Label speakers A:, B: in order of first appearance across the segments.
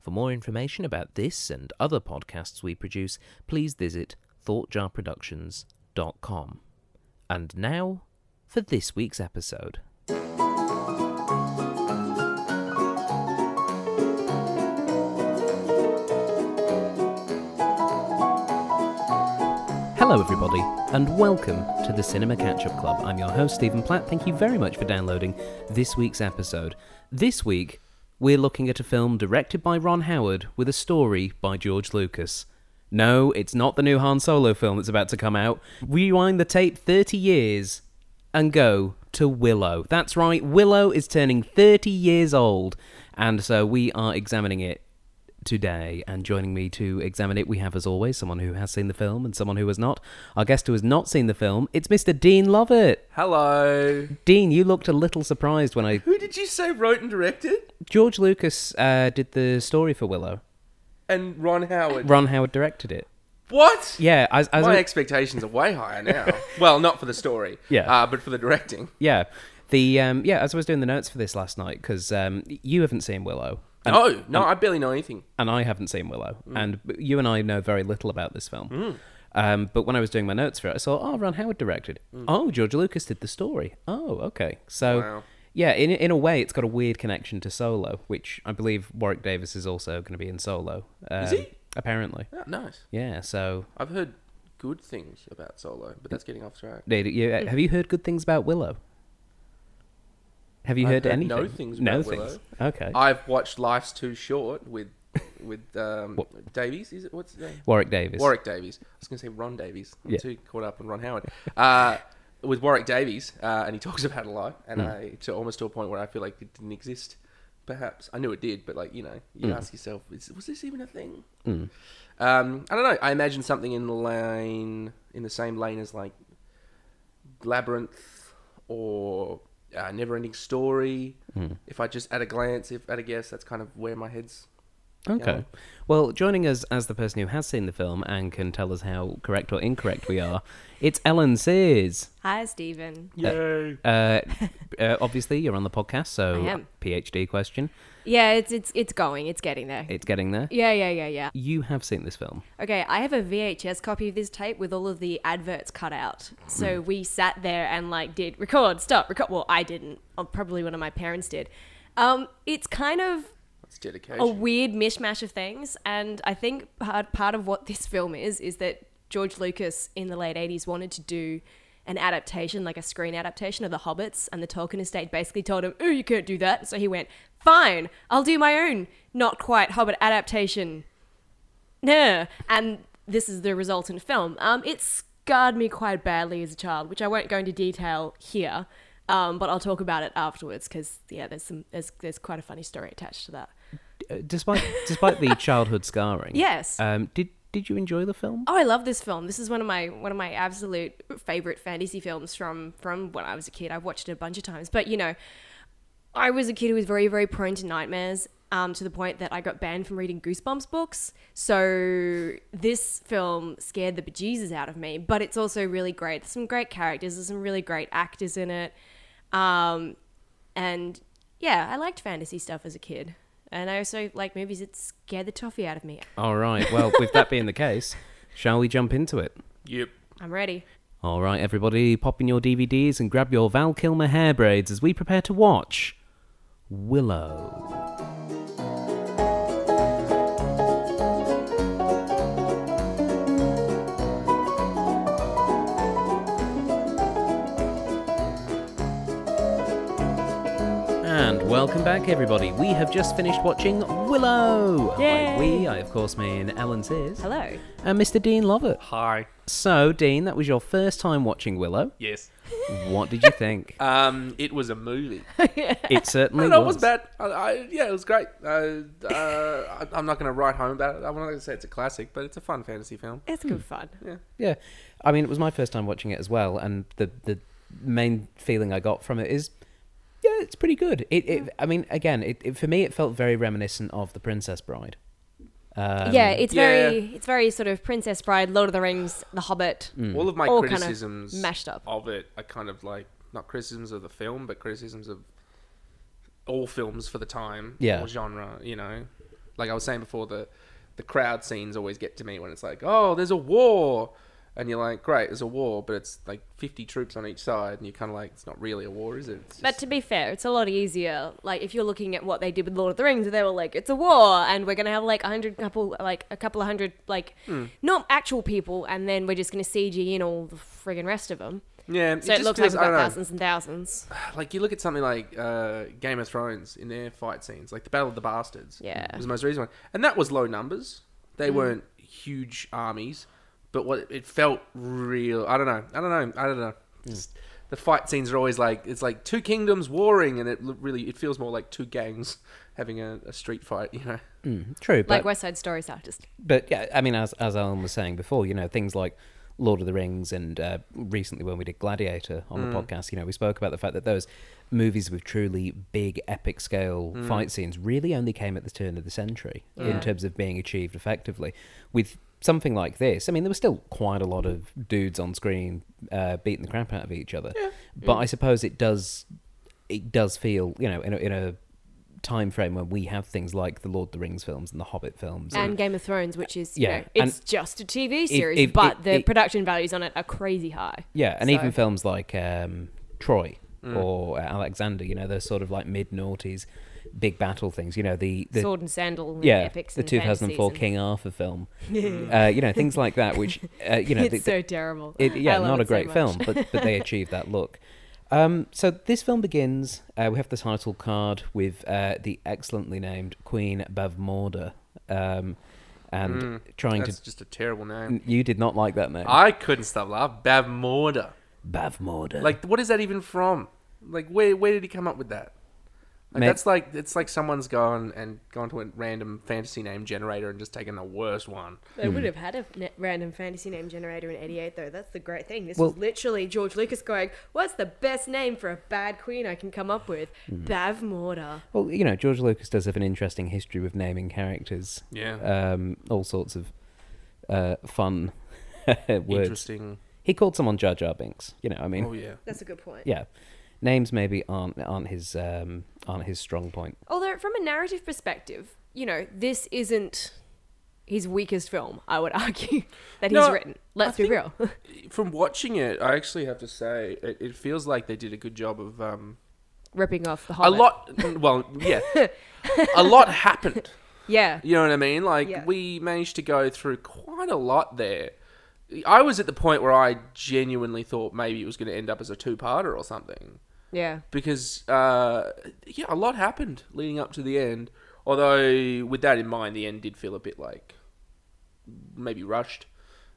A: For more information about this and other podcasts we produce, please visit thoughtjarproductions.com. And now for this week's episode. Hello, everybody, and welcome to the Cinema Catch Up Club. I'm your host, Stephen Platt. Thank you very much for downloading this week's episode. This week, we're looking at a film directed by Ron Howard with a story by George Lucas. No, it's not the new Han Solo film that's about to come out. Rewind the tape 30 years and go to Willow. That's right, Willow is turning 30 years old, and so we are examining it today. And joining me to examine it, we have, as always, someone who has seen the film and someone who has not. Our guest who has not seen the film, it's Mr. Dean Lovett.
B: Hello.
A: Dean, you looked a little surprised when I.
B: Who did you say wrote and directed?
A: George Lucas uh, did the story for Willow.
B: And Ron Howard.
A: Ron Howard directed it.
B: What?
A: Yeah, I, I was,
B: My expectations are way higher now. well, not for the story.
A: Yeah.
B: Uh, but for the directing.
A: yeah, the um, yeah, as I was doing the notes for this last night because um, you haven't seen Willow. And,
B: No, no, I barely know anything.
A: and I haven't seen Willow,
B: Mm.
A: and b- you and I know very little about this film. Um, but when I was doing my notes for it, I saw, oh, Ron Howard directed. Oh, George Lucas did the story. Oh, okay. So,
B: Mm. Wow.
A: yeah, in in a way, it's got a weird connection to Solo, which I believe Warwick Davis is also going to be in Solo. Um,
B: Is he?
A: Apparently.
B: Oh, nice.
A: Yeah. So,
B: I've heard good things about Solo, but that's getting off track.
A: Did you,
B: Hmm.
A: have you heard good things about Willow? Have you
B: I've
A: heard,
B: heard
A: anything?
B: no things
A: no
B: about
A: things. Okay.
B: I've watched Life's Too Short with with um, Davies. Is it what's his name?
A: Warwick Davis.
B: Warwick Davies. I was going to say Ron Davies. I'm
A: Yeah.
B: too caught up on Ron Howard. Uh, with Warwick Davies, uh, and he talks about it a lot, and I to almost to a point where I feel like it didn't exist. Perhaps I knew it did, but like you know, you ask yourself, is, was this even a thing? Um, I don't know. I imagine something in the lane, in the same lane as like Labyrinth or uh, Neverending Story. If I just at a glance, if at a guess, that's kind of where my head's.
A: Okay. Well, joining us as the person who has seen the film and can tell us how correct or incorrect we are, it's Ellen Sears.
C: Hi, Stephen.
B: Yay!
A: Uh, uh, obviously, you're on the podcast, so
C: I am.
A: PhD question.
C: Yeah, it's it's it's going. It's getting there.
A: It's getting there.
C: yeah, yeah, yeah, yeah.
A: You have seen this film.
C: Okay, I have a VHS copy of this tape with all of the adverts cut out. So we sat there and like did record, stop, record. Well, I didn't. Oh, probably one of my parents did. Um, it's kind of
B: That's dedication.
C: a weird mishmash of things, and I think part part of what this film is is that George Lucas in the late '80s wanted to do an adaptation, like a screen adaptation of The Hobbits, and the Tolkien estate basically told him, "Oh, you can't do that." So he went, "Fine, I'll do my own, not quite Hobbit adaptation." No, and this is the resultant film. Um, it scarred me quite badly as a child, which I won't go into detail here. Um, but I'll talk about it afterwards because yeah, there's some there's there's quite a funny story attached to that.
A: Uh, Despite despite the childhood scarring.
C: Yes.
A: Um, did did you enjoy the film?
C: Oh, I love this film. This is one of my one of my absolute favorite fantasy films from from when I was a kid. I've watched it a bunch of times, but you know, I was a kid who was very very prone to nightmares. Um, to the point that I got banned from reading Goosebumps books. So this film scared the bejesus out of me, but it's also really great. There's some great characters, there's some really great actors in it. Um, and yeah, I liked fantasy stuff as a kid. And I also like movies that scared the toffee out of me.
A: All right. Well, with that being the case, shall we jump into it?
B: yep.
C: I'm ready.
A: All right, everybody, pop in your DVDs and grab your Val Kilmer hair braids as we prepare to watch Willow. And welcome back, everybody. We have just finished watching Willow. By
C: Yay.
A: we, I of course mean Ellen Sears
C: Hello.
A: and Mr. Dean Lovett.
B: Hi.
A: So, Dean, that was your first time watching Willow.
B: Yes.
A: What did you think?
B: Um, it was a movie.
A: it
B: I
A: certainly
C: Oh,
B: don't know, it
A: was.
B: was bad. I, I, yeah, it was great. Uh, uh, I, I'm not going to write home about it. I'm not going to say it's a classic, but it's a fun fantasy film.
C: It's good fun.
A: Yeah, I mean, it was my first time watching it as well, and the the main feeling I got from it is, yeah, it's pretty good. It, it I mean, again, it, it for me, it felt very reminiscent of The Princess Bride. Um,
C: yeah, it's
B: Yeah.
C: very it's very sort of Princess Bride, Lord of the Rings, The Hobbit.
A: Mm.
B: All of my
C: Hmm. All kinda
B: criticisms
C: mashed up.
B: of it are kind of like not criticisms of the film, but criticisms of all films for the time,
A: Yeah.
B: or genre. You know, like I was saying before, the the crowd scenes always get to me when it's like, oh, there's a war, and you're like, great, there's a war, but it's like 50 troops on each side, and you're kind of like, it's not really a war, is it? It's
C: But
B: just-
C: to be fair, it's a lot easier. Like if you're looking at what they did with Lord of the Rings, they were like, "It's a war, and we're gonna have like a hundred couple, like a couple of hundred, like
A: Hmm.
C: not actual people, and then we're just gonna CG in all the friggin' rest of them."
A: Hmm.
B: yeah,
C: So it,
B: just
C: looks
B: feels- I
C: like we've got
B: don't know.
C: thousands and thousands.
B: like you look at something like uh, Game of Thrones in their fight scenes, like the Battle of the Bastards.
C: Yeah.
B: was the most recent one, and that was low numbers. They weren't huge armies, but what it felt real. I don't know. I don't know. I don't know. Just- the fight scenes are always like it's like two kingdoms warring, and it l- really it feels more like two gangs having a, a street fight. You know.
A: mm, true, but
C: Like West Side Stories artist.
A: but yeah, I mean, as as Alan was saying before, you know, things like Lord of the Rings and uh, recently when we did Gladiator on the podcast, you know, we spoke about the fact that those movies with truly big epic scale fight scenes really only came at the turn of the century in
C: Yeah.
A: terms of being achieved effectively with something like this i mean there was still quite a lot of dudes on screen uh, beating the crap out of each other but i suppose it does it does feel you know in a, in a time frame when we have things like the lord of the rings films and the hobbit films
C: and Game of Thrones, which is
A: Yeah,
C: yeah,
A: and-
C: it's just a TV series,
A: if-
C: but
A: it-
C: the
A: it-
C: production values on it are crazy high.
A: Yeah, and
C: So- Mm.
A: even films like um, Troy or uh, Alexander, you know, those sort of like mid noughties big battle things. You know, the, the
C: Sword and Sandal, and
A: yeah,
C: epics,
A: the
C: and
A: 2004
C: fantasies
A: King Arthur film. uh, you know, things like that, which uh, you
C: and-
A: know,
C: it's
A: the-
C: so terrible.
A: it, yeah,
C: I love
A: not a
C: it so
A: great
C: much.
A: film, but but they achieved that look. Um, so this film begins. Uh, we have the title card with uh, the excellently named Queen Bavmorda, um, and
C: Mm,
A: trying
B: That's just a terrible name.
A: to. You did not like that name,
B: I couldn't stop laughing. Bavmorda.
A: Bavmorda.
B: Like, what is that even from? Like, where where did he come up with that? Like,
A: Ma-
B: that's like it's like someone's gone and gone to a random fantasy name generator and just taken the worst one.
C: They
A: Hmm.
C: would have had a ne- random fantasy name generator in '88, though. That's the great thing. This was
A: Well-
C: literally George Lucas going, "What's the best name for a bad queen I can come up with?
A: Hmm.
C: Bav Morda."
A: Well, you know, George Lucas does have an interesting history with naming characters.
B: Yeah.
A: Um, all sorts of uh, fun words.
B: Interesting.
A: He called someone Jar Jar Binks. You know, I mean,
B: Oh yeah.
C: That's a good point.
A: yeah, names maybe aren't aren't his um, aren't his strong point.
C: Although, from a narrative perspective, you know, this isn't his weakest film. I would argue that he's
B: No,
C: written. Let's
B: I
C: be
B: think-
C: real.
B: From watching it, I actually have to say it, it feels like they did a good job of um,
C: ripping off the
B: a
C: Hobbit.
B: lot. Well, yeah, a lot happened.
C: Yeah.
B: You know what I mean? Like
C: Yeah.
B: we managed to go through quite a lot there. I was at the point where I genuinely thought maybe it was going to end up as a two-parter or something.
C: Yeah.
B: because uh, yeah, a lot happened leading up to the end. Although with that in mind, the end did feel a bit like maybe rushed.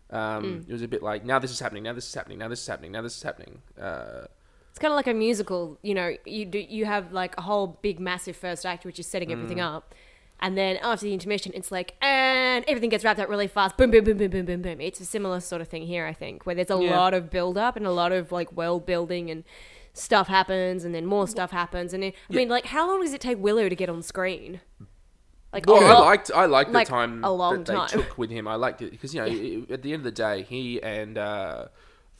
B: Um,
C: Mm.
B: It was a bit like now this is happening, now this is happening, now this is happening, now this is happening. Uh,
C: It's kind of like a musical, you know, you do you have like a whole big massive first act which is setting everything up. And then after the intermission, it's like, and everything gets wrapped up really fast. Boom, boom, boom, boom, boom, boom, boom. It's a similar sort of thing here, I think, where there's a
B: Yeah.
C: lot of build up and a lot of like world building and stuff happens and then more stuff happens. And it, I mean, like, how long does it take Willow to get on screen? Like,
B: well,
C: a
B: I
C: lot.
B: liked I liked
C: like,
B: the time
C: a long
B: that they
C: time.
B: took with him. I liked it because you know it- at the end of the day, he and uh,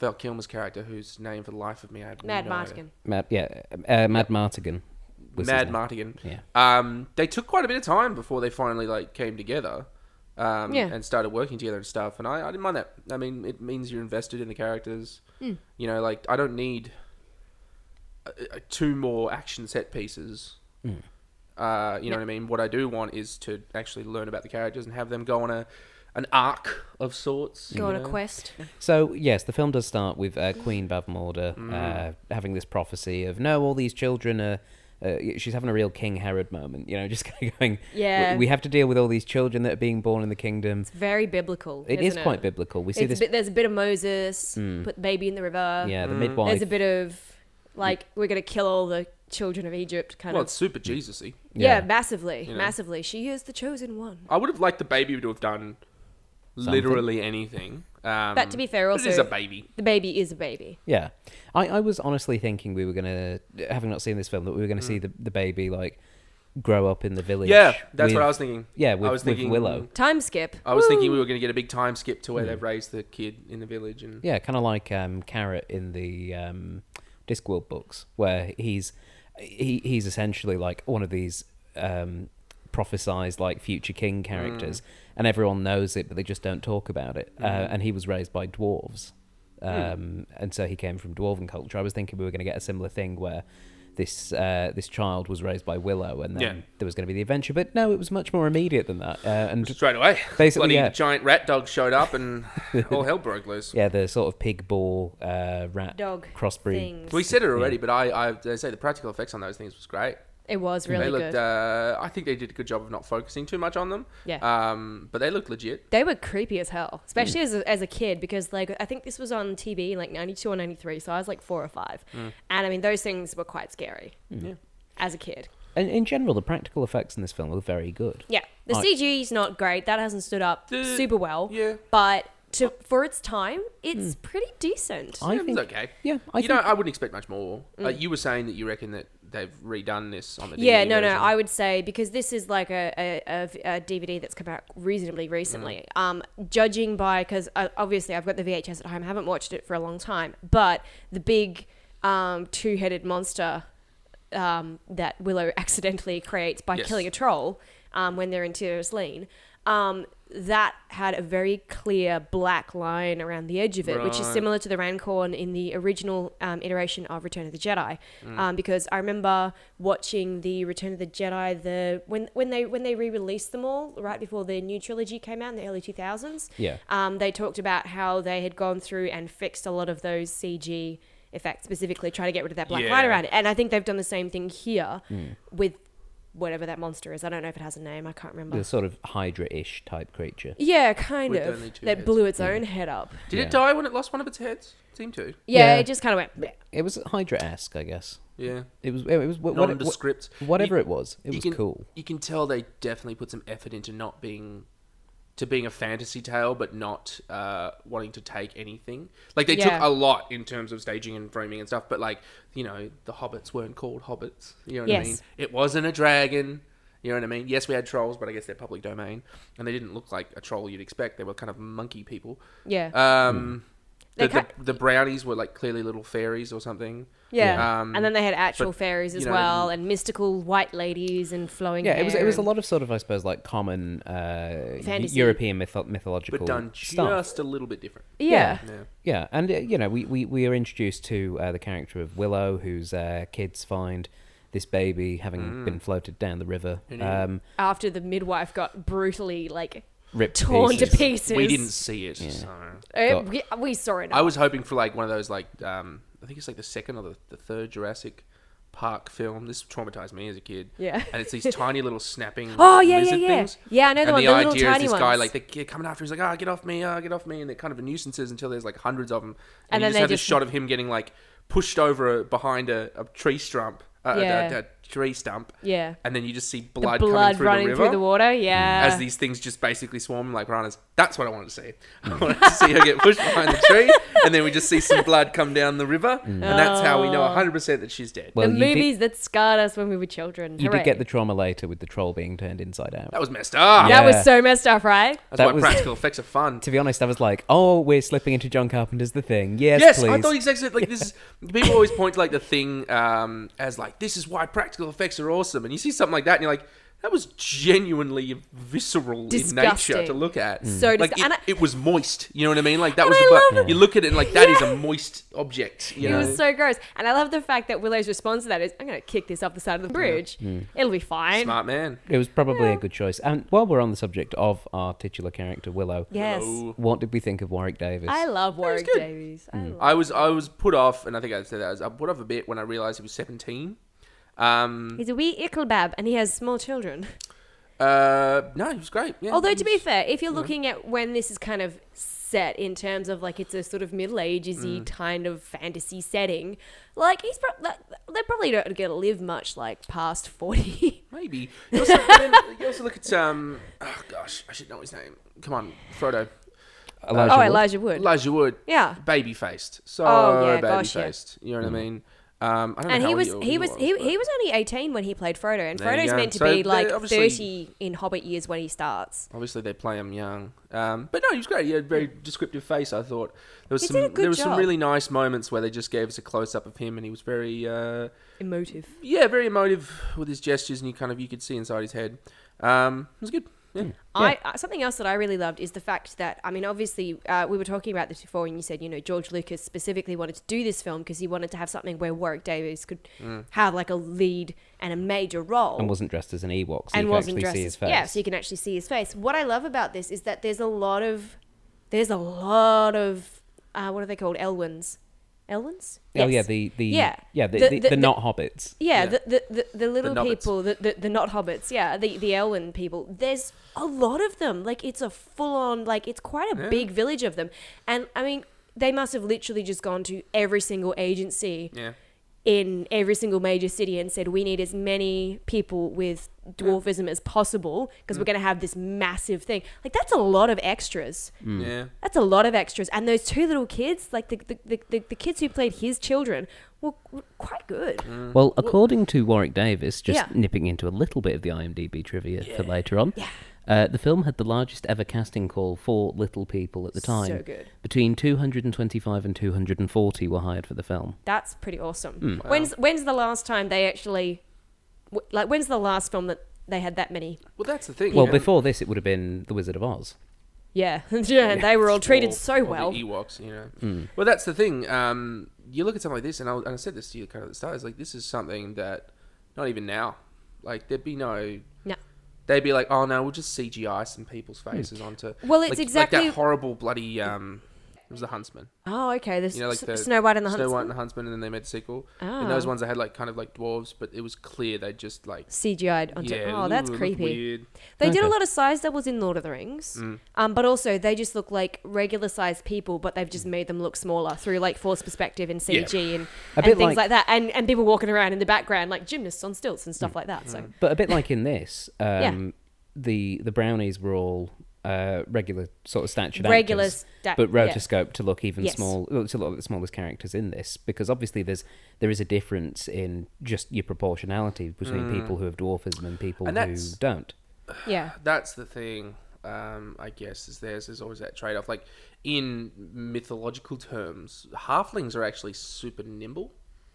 B: Val Kilmer's character, whose name for the life of me I had
C: Mad
B: no idea.
C: Martigan.
A: Mad, yeah, uh, Mad Martigan. Was his
B: Mad
A: name.
B: Martigan.
A: Yeah.
B: Um, they took quite a bit of time before they finally like came together. Um,
C: Yeah.
B: and started working together and stuff. And I, I didn't mind that. I mean, it means you're invested in the characters.
C: Hmm.
B: You know, like I don't need uh, uh, two more action set pieces. Uh, you know what I mean? What I do want is to actually learn about the characters and have them go on a an arc of sorts.
C: Go
B: you
C: on a
B: know?
C: quest.
A: So yes, the film does
B: Mm.
A: start with uh, Queen Bavmorda uh, having this prophecy of no, all these children are uh, she's having a real King Herod moment, you know, just kind of going,
C: Yeah.
A: we, we have to deal with all these children that are being born in the kingdom.
C: It's very biblical.
A: It is
C: isn't
A: quite biblical. We see
C: It's a
A: this,
C: bit- there's a bit of Moses, put the baby in the river.
A: yeah,
B: Mm.
A: the midwife.
C: There's a bit of like we're gonna kill all the children of Egypt, kind
B: Well,
C: of.
B: it's super Jesusy.
A: Yeah.
C: Yeah, massively,
B: know. Um,
C: massively. She is the chosen one.
B: I would have liked the baby to have done literally anything. Um,
C: But to be fair,
B: but it is
C: also-
B: a baby.
C: The baby is a baby.
A: Yeah, I, I was honestly thinking we were gonna, having not seen this film, that we were gonna see the, the baby like grow up in the village.
B: Mm. Yeah, that's what
A: with-
B: I was thinking.
A: Yeah,
B: I
A: with,
B: was
A: with
B: thinking
A: Willow.
C: Time skip.
B: I was
C: Woo!
B: thinking we were going to get a big time skip to where they've raised the kid in the village and
A: Yeah, kind of like um, Carrot in the um, Discworld books, where he's he, he's essentially like one of these um, prophesized like future king characters, and everyone knows it, but they just don't talk about it. Uh, and he was raised by dwarves, um, and so he came from dwarven culture. I was thinking we were going to get a similar thing where. This uh, this child was raised by Willow, and then
B: Yeah.
A: there was going to be the adventure. But no, it was much more immediate than that. Uh, and
B: straight away,
A: Basically,
B: bloody
A: yeah.
B: giant rat dog showed up and all hell broke loose.
A: yeah, the sort of pig ball uh, rat
C: Dog
A: crossbreed
C: things.
B: We said it already, but I, I they say the practical effects on those things was great.
C: It was
B: they
C: really good.
B: looked. Uh, I think they did a good job of not focusing too much on them.
C: Yeah.
B: Um, but they looked legit.
C: they were creepy as hell,
B: Hmm.
C: especially as, a, as a kid, because like I think this was on TV in like '92 or '93, so I was like four or five,
B: Hmm.
C: and I mean those things were quite scary
A: Mm.
B: Yeah.
C: as a kid.
A: And in general, the practical effects in this film were very good.
C: Yeah, the
A: Like-
C: CG is not great. That hasn't stood up
B: The-
C: super well.
B: yeah.
C: but to for its time, it's pretty decent.
A: I
B: Yeah,
A: think
B: it was okay.
A: Yeah, I
B: you
A: think
B: know, I wouldn't expect much more. Like you were saying that you reckon that they've redone this on the.
C: Mm. yeah,
B: DVD
C: no, no.
B: version.
C: I would say because this is like a, a- a v- a DVD that's come out
B: Mm.
C: reasonably recently. Um, judging by because uh, obviously I've got the VHS at home, I haven't watched it for a long time, but the big um, two-headed monster um, that Willow accidentally creates by
B: Yes.
C: killing a troll um, when they're in Tyr's Lane. Um, that had a very clear black line around the edge of it, which is
B: Right.
C: similar. similar to the Rancorn in the original um, iteration of Return of the Jedi,
B: Mm.
C: um, because I remember watching the Return of the Jedi the when when they when they re-released them all right before the new trilogy came out in the early two thousands.
A: Yeah.
C: um, they talked about how they had gone through and fixed a lot of those CG effects specifically, trying to get rid of that black
B: Yeah. Mm.
C: line around it, and I think they've done the same thing here with whatever that monster is. I don't know if it has a name. I can't remember.
A: the sort of Hydra-ish type creature.
C: Yeah, kind
B: With
C: of.
B: only two
C: That
B: heads.
C: blew its own head up.
B: Did
A: Yeah.
B: it die when it lost one of its heads? Seemed to.
C: Yeah,
A: Yeah.
C: it just kind of went. bleh.
A: It was Hydra-esque, I guess.
B: Yeah.
A: It was. It was what, what,
B: Nondescript.
A: whatever
B: You-
A: it was. It
B: you
A: was
B: can,
A: cool.
B: You can tell they definitely put some effort into not being to being a fantasy tale, but not uh, wanting to take anything. Like they took
C: Yeah.
B: a lot in terms of staging and framing and stuff, but like you know, the hobbits weren't called hobbits. You know what I
C: Yes.
B: mean? It wasn't a dragon. You know what I mean? Yes, we had trolls, but I guess they're public domain, and they didn't look like a troll you'd expect. They were kind of monkey people.
C: Yeah.
A: Hmm.
B: Um,
C: They
B: the, the,
C: ki-
B: the brownies were like clearly little fairies or something.
C: Yeah.
B: Um,
C: and then they had actual
B: but,
C: fairies
B: you
C: as
B: know,
C: well, and mystical white ladies and flowing
A: Yeah, it was. It was a
C: hair
A: lot of sort of, I suppose, like common uh,
C: Fantasy.
A: European mytho- mythological
B: but done
A: stuff.
B: just a little bit different.
C: and- Yeah.
B: Yeah.
A: Yeah, and uh, you know, we, we, we are introduced to uh, the character of Willow, whose uh, kids find this baby having
B: Mm.
A: been floated down the river, um,
C: After the midwife got brutally, like,
A: ripped to
C: torn to
A: pieces.
C: pieces.
B: We didn't see it. So.
C: Uh,
A: Got-
C: we, we saw it.
B: I was hoping for like one of those like um, I think it's like the second or the, the third Jurassic Park film. This traumatized me as a kid.
C: Yeah.
B: and it's these tiny little snapping.
C: Oh, yeah, yeah,
B: lizard
C: yeah.
B: things.
C: Yeah, I know the
B: and The
C: one- the
B: idea
C: little
B: is
C: tiny
B: this guy
C: ones.
B: like they keep coming after. He's like, ah, get off me, ah, get off me, and they're kind of a nuisances until there's like hundreds of them. you
C: And then
B: just
C: they
B: have this
C: just-
B: shot of him getting like pushed over a, behind a, a tree stump. Uh, a-
C: Yeah.
B: a, a tree stump.
C: Yeah.
B: And then you just see
C: the
B: blood, coming
C: blood
B: through
C: running
B: the river Mm.
C: through the water. Yeah.
B: as these things just basically swarm like piranhas. That's what I wanted to see. I wanted to see her get pushed behind the tree, and then we just see some blood come down the river, and that's how we know
C: Oh.
B: 100% that she's dead.
A: Well,
C: the
A: you did-
C: movies that scarred us when we were children.
A: You
C: Hooray.
A: did get the trauma later with the troll being turned inside out.
B: that was messed up.
A: Yeah.
C: That was so messed up, right?
B: That's
A: That
B: why
A: was-
B: practical effects are fun.
A: To be honest, I was like, "Oh, we're slipping into John Carpenter's The Thing." Yes,
B: Yes,
A: please.
B: I thought exactly like this. Is, people always point to like the thing um, as like this is why practical effects are awesome, and you see something like that, and you're like, that was genuinely visceral in
C: Disgusting.
B: nature to look at.
A: Mm.
C: So
B: like
C: disgu-
B: it,
C: and I-
B: it was moist. You know what I mean? Like that
C: And
B: was.
C: I
B: the
C: love
B: bu-
C: it.
B: you look at it and like that is a moist object. You
C: It
B: know?
C: was so gross. And I love the fact that Willow's response to that is, I'm going to kick this up the side of the bridge.
A: Mm.
C: It'll be fine.
B: smart man.
A: it was probably a good choice. And while we're on the subject of our titular character Willow,
C: Yes.
B: Hello.
A: what did we think of Warwick Davis?
C: I love Warwick
B: good.
A: Mm.
C: Davies. I love
B: I was I was put off, and I think I said that I was I put off a bit when I realised he was seventeen. Um,
C: He's a wee icklebab and he has small children.
B: uh, no, it was great. Yeah,
C: Although,
B: it
C: to be
B: was-
C: fair, if you're looking at when this is kind of set in terms of like it's a sort of Middle Ages
B: Mm.
C: y kind of fantasy setting, like he's pro- like, they're probably not going to live much like past 40.
B: maybe you also, but then you also look at um, oh gosh, I should know his name. Come on, Frodo,
A: Elijah
C: oh,
A: Wood.
C: Elijah Wood.
B: Elijah Wood,
C: yeah.
B: baby faced, so
C: Oh, yeah,
B: baby
C: gosh, yeah.
B: faced. You know what I mean? Um, I don't know
C: And
B: how
C: he
B: old
C: was
B: you-
C: he
B: you
C: was
B: are,
C: he,
B: but-
C: he was only 18 when he played Frodo, and
B: There you
C: Frodo's
B: go.
C: meant to
B: So they
C: be like
B: obviously-
C: 30 in Hobbit years when he starts.
B: Obviously, they play him young, um, but no, he was great. He had a very descriptive face. I thought there was
C: He
B: some
C: did a good
B: there was
C: job.
B: some really nice moments where they just gave us a close up of him, and he was very uh,
C: Emotive.
B: yeah, very emotive with his gestures, and you kind of you could see inside his head. Um, it was good. Yeah.
A: Hmm.
C: I I something else that I really loved is the fact that I mean, obviously, uh, we were talking about this before, and you said you know George Lucas specifically wanted to do this film because he wanted to have something where Warwick Davis could have like a lead and a major role,
A: Mm. and wasn't dressed as an Ewok, so
C: and
A: you could actually see
C: as-
A: his face.
C: Yeah, so you can actually see his face. What I love about this is that there's a lot of there's a lot of uh, what are they called? Elwins, Elwins.
A: Oh yeah,
C: Yes.
A: the the yeah,
C: Yeah.
A: the,
C: The-
A: the,
C: the-
A: the not hobbits.
C: Yeah,
B: Yeah.
C: The, the, the, the little
B: nobbits.
C: people, the, the, the not hobbits, yeah, the, the Elwyn people. There's a lot of them. Like, it's a full on, like, it's quite a
B: Yeah.
C: big village of them. And, I mean, they must have literally just gone to every single agency
B: Yeah.
C: in every single major city and said, we need as many people with dwarfism as possible because we're
B: Mm.
C: going to have this massive thing. Like, that's a lot of extras.
A: Hmm.
B: Yeah.
C: That's a lot of extras. And those two little kids, like, the, the, the, the, the kids who played his children, were, were quite good.
B: Mm.
A: Well, according to Warwick Davis, just
C: Yeah.
A: nipping into a little bit of the IMDb trivia for later on, uh, the film had the largest ever casting call for little people at the
C: So
A: time.
C: good.
A: Between 225 and 240 were hired for the film.
C: That's pretty awesome.
B: Hmm.
C: When's when's the last time they actually, w- like, when's the last film that they had that many?
B: Well, that's the thing.
A: Well,
B: yeah.
A: before this, it would have been The Wizard of Oz.
C: Yeah, yeah, and they were all treated
B: Or-
C: so
B: or
C: well.
B: The e- Ewoks, you know.
A: Hmm.
B: Well, that's the thing. Um, you look at something like this, and I, and I said this to you kind of at the start. Is like this is something that not even now, like there'd be no.
C: No.
B: They'd be like, oh no, we'll just CGI some people's
A: Hmm.
B: faces onto.
C: Well, it's
B: like-
C: exactly-
B: like that horrible bloody. Um, it was the Huntsman.
C: Oh, okay. The,
B: You know, like
C: S-
B: the
C: Snow White and the
B: Snow White and
C: Huntsman
B: the Huntsman, and then they made a sequel.
C: Ah.
B: And those ones they had like kind of like dwarves, but it was clear they just like.
C: CGI'd onto.
B: Yeah,
C: oh, that's
B: ooh, look
C: creepy.
B: Weird. Hmm.
C: They did a
A: Okay.
C: lot of size doubles in Lord of the Rings, um, but also they just look like regular sized people, but they've just made them look smaller through like forced perspective and CG and,
A: A
C: and
A: bit
C: things
A: like-
C: like, that, and and people walking around in the background like gymnasts on stilts and
B: Hmm.
C: stuff like that. So
A: But a bit like in this, um, the the brownies were all uh, regular sort of statured
C: Regular
A: actors,
C: sta-
A: but
C: yeah.
A: rotoscoped to look even
C: Yes.
A: small, to look like the smallest characters in this, because obviously there's there is a difference in just your proportionality between
C: Mm.
A: people who have dwarfism and people
B: And
A: who
B: that's-
A: don't.
C: yeah,
B: that's the thing. Um, I guess is there's there's always that trade off. Like in mythological terms, halflings are actually super nimble.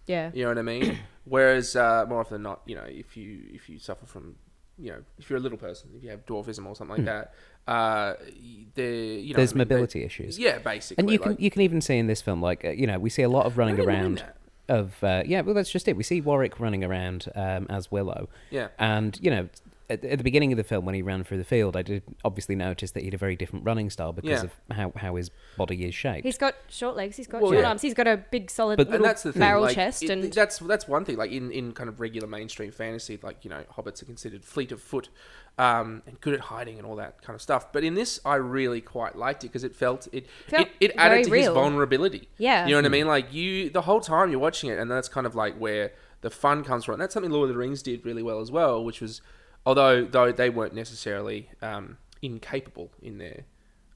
C: yeah,
B: You know what I mean? Whereas uh, more often than not, you know, if you if you suffer from you know, if you're a little person, if you have dwarfism or
C: Hmm.
B: something like that, uh, y- the you know,
A: There's
B: I mean, they-
A: mobility issues.
B: Yeah, basically.
A: And you can
B: like-
A: you can even see in this film, like uh, you know, we see a lot of running
B: don't mind
A: around.
B: that.
A: Of uh, yeah, well, that's just it. We see Warwick running around um, as Willow.
B: Yeah.
A: and you know, at, at the beginning of the film when he ran through the field, I did obviously notice that he had a very different running style because
B: Yeah.
A: of how, how his body is shaped.
C: He's got short legs. He's got
B: Well,
C: short
B: yeah.
C: arms. He's got a big, solid
A: But-
C: little
B: and that's the thing,
C: barrel
B: like,
C: chest.
B: it-
C: and
B: that's that's one thing. Like in, in kind of regular mainstream fantasy, like you know, hobbits are considered fleet of foot um, and good at hiding and all that kind of stuff. But in this, I really quite liked it because it felt it
C: Felt
B: it, it
C: very
B: added to his
C: real.
B: vulnerability.
C: Yeah.
B: you know what I mean. Like you, the whole time you're watching it, and that's kind of like where the fun comes from. And that's something Lord of the Rings did really well as well, which was although though they weren't necessarily um, incapable in their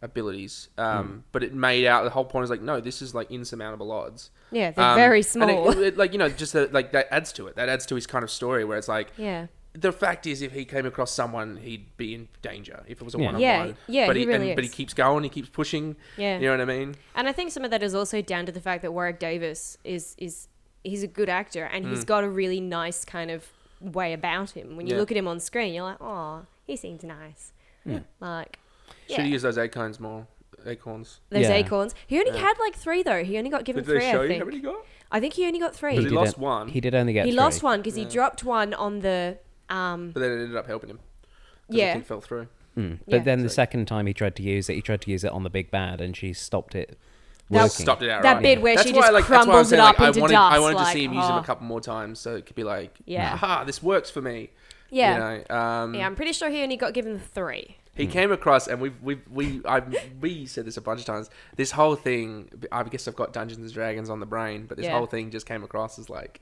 B: abilities um, but it made out the whole point is like no this is like insurmountable odds
C: Yeah, they're
B: um,
C: very
B: and it-
C: small.
B: it- it- like you know, just that like that adds to it. That adds to his kind of story where it's like,
C: yeah,
B: the fact is, if he came across someone, he'd be in danger if it was a
A: Yeah.
B: one-on-one.
C: Yeah, yeah,
B: but
C: he really
B: and, But he
C: is.
B: keeps going. He keeps pushing.
C: Yeah.
B: you know what I mean.
C: and I think some of that is also down to the fact that Warwick Davis is is he's a good actor and he's got a really nice kind of way about him. When
B: Mm.
C: you
B: Yeah. Hmm.
C: look at him on screen, you're like, oh, he seems nice. Like,
B: Should
C: Yeah.
B: use those acorns more. Acorns.
C: those
A: Yeah.
C: acorns. He only had like three though. He only got given
B: Did
C: three.
B: they show
C: I
B: you
C: think.
B: how many he got?
C: I think he only got three.
B: He
C: He,
B: did- lost one.
A: He did only get. three.
C: lost one because he dropped one on the um.
B: But then it ended up helping him. 'cause the
C: Yeah.
B: thing fell through.
A: Mm. But
C: Yeah.
A: then the
B: So-
A: second time he tried to use it, he tried to use it on the big bad, and she stopped it working.
B: stopped it out.
C: That
B: right.
C: bit where
B: That's
C: she
B: why
C: just
B: I like, that's why I was
C: crumbles it
B: saying,
C: up
B: like,
C: into
B: I wanted,
C: dust,
B: I wanted
C: like,
B: to see him use him
C: oh.
B: a couple more times, so it could be like,
C: Yeah.
B: aha, this works for me.
C: Yeah.
B: You know, um,
C: Yeah, I'm pretty sure he only got given the three.
B: He came across, and we've we've we I we said this a bunch of times. This whole thing, I guess I've got Dungeons and Dragons on the brain, but this
C: Yeah.
B: whole thing just came across as like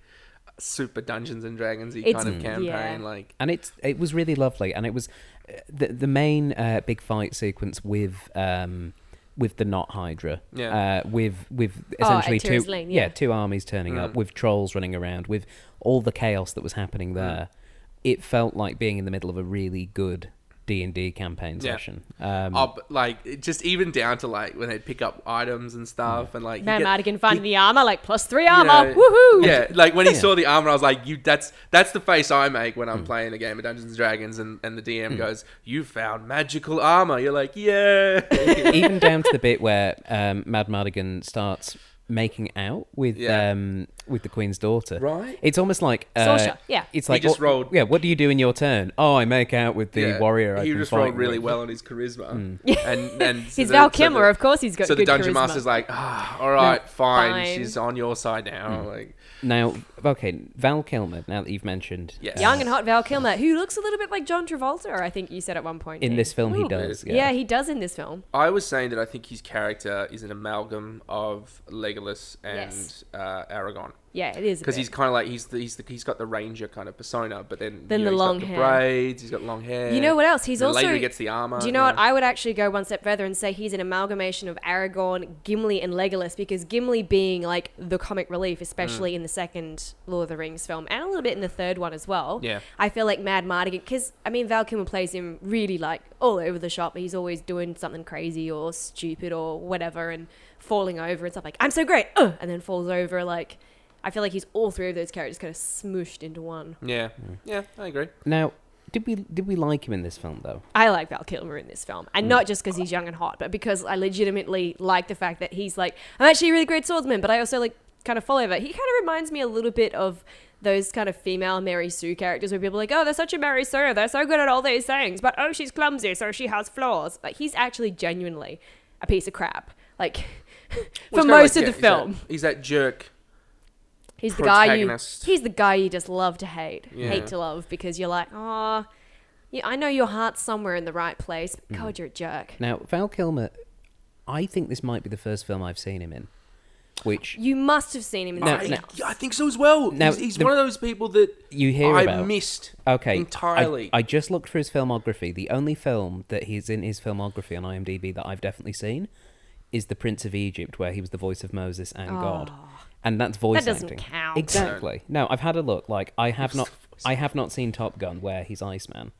B: super Dungeons and Dragonsy
C: It's-
B: kind of
C: Mm.
B: campaign.
C: yeah.
B: Like
A: and it's it was really lovely and it was uh, the the main uh, big fight sequence with um with the not hydra
B: Yeah.
A: uh, with with
C: Oh, at
A: essentially two
C: Tyr's Lane, yeah.
A: two armies turning
B: Mm.
A: up with trolls running around with all the chaos that was happening there it felt like being in the middle of a really good d&d campaign
B: Yeah.
A: session um,
B: Oh, but, like it just even down to like when they'd pick up items and stuff, and like you
C: Man
B: get-
C: Mardigan
B: you-
C: finding the armor, like plus three
B: you
C: armor.
B: know,
C: Woohoo!
B: Yeah, like when he
A: Yeah.
B: saw the armor, I was like, "You, that's that's the face I make when I'm playing a game of Dungeons and Dragons." And, and the DM goes, "You found magical armor." You're like, "Yeah."
A: even down to the bit where um, Mad Madigan starts making out with
B: Yeah.
A: um, with the Queen's daughter.
B: Right.
A: It's almost like uh,
C: Sorcerer, yeah.
A: It's like
B: just
A: what-
B: rolled-
A: Yeah. What do you do in your turn? Oh, I make out with the
B: Yeah,
A: warrior. I've
B: He
A: been
B: just rolled
A: fighting
B: really
A: with. Hmm.
B: well on his charisma. And, and
C: He's Val Kilmer, of course he's got
B: So the
C: good
B: dungeon
C: charisma.
B: master's like, ah, all right, fine,
C: Fine.
B: she's on your side now.
A: Hmm.
B: Like,
A: Now, okay, Val Kilmer. Now that you've mentioned,
B: Yes.
A: uh,
C: Young and hot Val Kilmer, who looks a little bit like John Travolta, I think you said at one point.
A: in
C: Dean.
A: this film, he
C: Ooh.
A: does.
B: yeah.
A: Yeah.
C: Yeah, he does in this film.
B: I was saying that I think his character is an amalgam of Legolas and
C: Yes.
B: uh, Aragon.
C: Yeah, it is.
B: Because he's kind of like he's the, he's the, he's got the ranger kind of persona, but then
C: Then
B: you know,
C: the
B: he's got
C: long
B: the
C: hair.
B: braids, he's got long hair.
C: You know what else? He's
B: and
C: also.
B: later he gets the armor.
C: Do you know what? I would actually go one step further and say he's an amalgamation of Aragorn, Gimli, and Legolas because Gimli being like the comic
B: Mm.
C: relief, especially in the second Lord of the Rings film and a little bit in the third one as well.
B: Yeah.
C: I feel like Mad Mardigan because I mean Val Kilmer plays him really like all over the shop. He's always doing something crazy or stupid or whatever and falling over and stuff like I'm so great, uh, and then falls over like. I feel like he's all three of those characters kind of smooshed into one.
B: yeah,
A: Hmm.
B: yeah, I agree.
A: Now, did we did we like him in this film though?
C: I like Val Kilmer in this film,
B: Mm.
C: and not just because he's young and hot, but because I legitimately like the fact that he's like, I'm actually a really great swordsman, but I also like kind of fall over. He kind of reminds me a little bit of those kind of female Mary Sue characters where people are like, oh, they're such a Mary Sue, they're so good at all these things, but oh, she's clumsy, so she has flaws. Like he's actually genuinely a piece of crap, like
B: Well,
C: for
B: it's kinda like,
C: most of the
B: yeah, he's that-
C: film.
B: he's that jerk
C: He's the guy you.
B: protagonist.
C: He's the guy you just love to hate,
B: Yeah.
C: hate to love, because you're like, oh, yeah, I know your heart's somewhere in the right place,
A: Mm.
C: but God, you're a jerk.
A: Now, Val Kilmer, I think this might be the first film I've seen him in, which
C: You must have seen him in
A: No,
C: something
A: no.
C: else.
B: Yeah, I think so as well.
A: Now,
B: he's he's
A: the-
B: one of those people that
A: You hear
B: I
A: about.
B: missed
A: Okay. I-
B: entirely.
A: I, just looked for his filmography. The only film that he's in his filmography on IMDb that I've definitely seen is The Prince of Egypt, where he was the voice of Moses and
B: Ah.
A: God. And that's voice
C: doesn't
A: acting.
C: count.
A: Exactly. No, I've had a look. Like I have not, I have not seen Top Gun, where he's Iceman,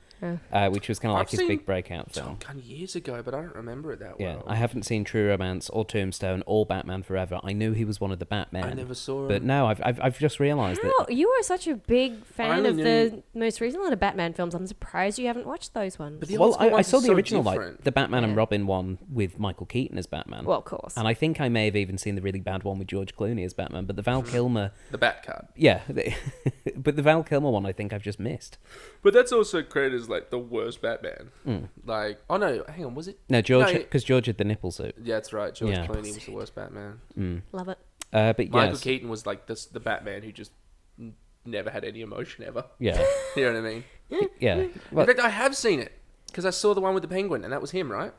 A: uh, which was kind of
B: Oh. I've
A: like his
B: seen
A: big breakout film.
B: Top Gun years ago, but I don't remember it that
A: Yeah,
B: well.
A: I haven't seen True Romance or Tombstone or Batman Forever. I knew he was one of the Batman.
B: never saw
A: But
B: him.
A: no, I've I've, I've just realised that
C: Wow, you are such a big fan
B: only
C: of the most recent lot of Batman films. I'm surprised you haven't watched those ones.
B: But the old
A: well,
B: school
A: I, I
B: ones
A: saw
B: are
A: the
B: so
A: original,
B: different.
A: like the Batman and
C: Yeah.
A: Robin one with Michael Keaton as Batman.
C: Well, of course.
A: And I think I may have even seen the really bad one with George Clooney as Batman, but the Val Kilmer,
B: the Bat Card.
A: yeah, the- but the Val Kilmer one I think I've just missed.
B: But that's also credited as like the worst Batman.
A: Hmm.
B: Like, oh no, hang on, was it?
A: No, George,
B: it-
A: because George had the nipple suit.
B: Yeah, that's right. George
A: Yeah.
B: Clooney was the worst Batman.
C: Love it.
A: Uh, but
B: Michael
A: yes,
B: Keaton was like this, the Batman who just n- never had any emotion ever.
A: yeah,
B: you know what I mean?
A: yeah. Well,
B: In fact, I have seen it because I saw the one with the penguin, and that was him, right?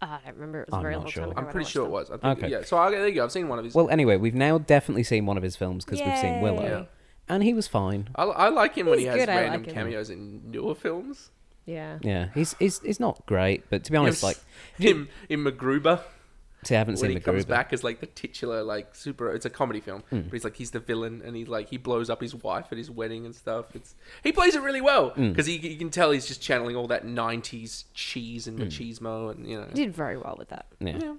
C: Ah, I don't remember. It was a
A: I'm
C: very
A: not
C: long
A: sure.
C: time ago.
B: I'm
C: when I
B: pretty
C: watched
B: sure it
C: them.
B: was. I think,
A: Okay.
B: Yeah. So I, there you go. I've seen one of his.
A: well, anyway, we've now definitely seen one of his films because we've seen Willow,
C: Yay.
A: and he was fine.
B: I, I like him when he
C: He's
B: has
C: good, I like
B: random
C: him.
B: cameos in newer films.
C: Yeah.
A: Yeah, he's he's, he's not great, but to be
B: You know,
A: honest, like
B: him in MacGruber.
A: I haven't
B: when
A: seen
B: he comes
A: MacGruber.
B: back as like the titular like super it's a comedy film
A: Hmm.
B: but he's like he's the villain and he's like he blows up his wife at his wedding and stuff it's he plays it really well
A: Hmm.
B: because he you can tell he's just channeling all that 90s cheese
A: Hmm.
B: and machismo and you know
C: He did very well with that.
A: Yeah.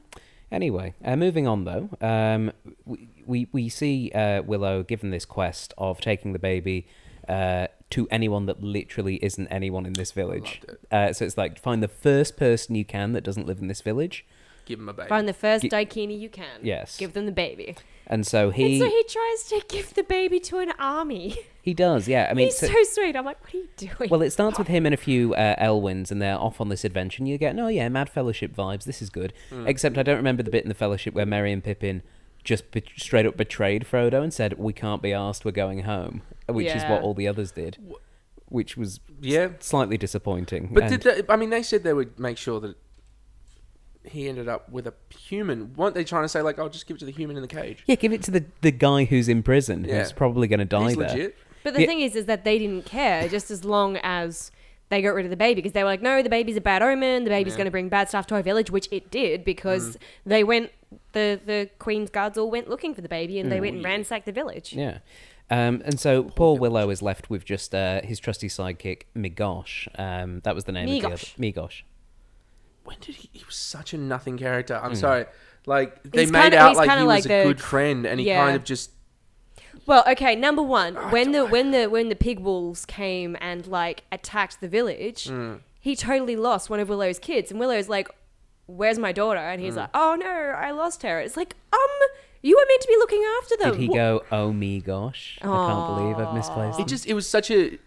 A: Anyway, uh, moving on though, um, we, we we see uh, Willow given this quest of taking the baby uh, to anyone that literally isn't anyone in this village. Uh, so it's like find the first person you can that doesn't live in this village,
B: Give him a baby.
C: Find the first
A: Gi-
C: daikini you can.
A: Yes.
C: Give them the baby.
A: And so he
C: and so he tries to give the baby to an army.
A: he does, yeah. I mean,
C: He's
A: so-
C: so, sweet. I'm like, what are you doing?
A: Well, it starts with him and a few uh, Elwins, and they're off on this adventure. And you get, oh yeah, mad fellowship vibes. This is good.
B: Hmm.
A: Except I don't remember the bit in the fellowship where Merry and Pippin just bet- straight up betrayed Frodo and said, "We can't be asked. We're going home," which is
C: Yeah.
A: what all the others did, which was
B: Yeah.
A: slightly disappointing.
B: But
A: And-
B: did they, I mean they said they would make sure that he ended up with a human. weren't they trying to say like, "Oh, just give it to the human in the cage"?
A: yeah, give it to the the guy who's in prison,
B: Yeah.
A: who's probably going to die
B: He's
A: there.
B: legit.
C: but the
A: yeah.
C: thing is, is that they didn't care just as long as they got rid of the baby because they were like, no, the baby's a bad omen. The baby's
B: Yeah.
C: going to bring bad stuff to our village, which it did
A: Mm.
C: because they went, the, the Queen's guards all went looking for the baby and they went and ransacked the village.
A: Mm. Yeah. Um, and so Paul Willow is left with just uh, his trusty sidekick Migosh. Um, that was the name
C: Migosh.
A: of the other Migosh.
B: When did he? He was such a nothing character.
A: Hmm.
B: I'm sorry. Like they
C: He's
B: made
C: kinda-
B: out
C: he's
B: like he
C: kinda
B: was
C: like
B: a
C: the-
B: good friend, and he
C: Yeah.
B: kind of just
C: Well, okay. Number
A: Oh,
C: one, when the
B: don't know.
C: when the when the pig wolves came and like attacked the village,
A: Mm.
C: he totally lost one of Willow's kids, and Willow's like, "Where's my daughter?" And
A: Mm.
C: he's like, "Oh no, I lost her." It's like, um, you were meant to be looking after them.
A: Did he
C: Wha-
A: go, oh me gosh, I can't believe I've misplaced
B: It
A: them."
B: just it was such a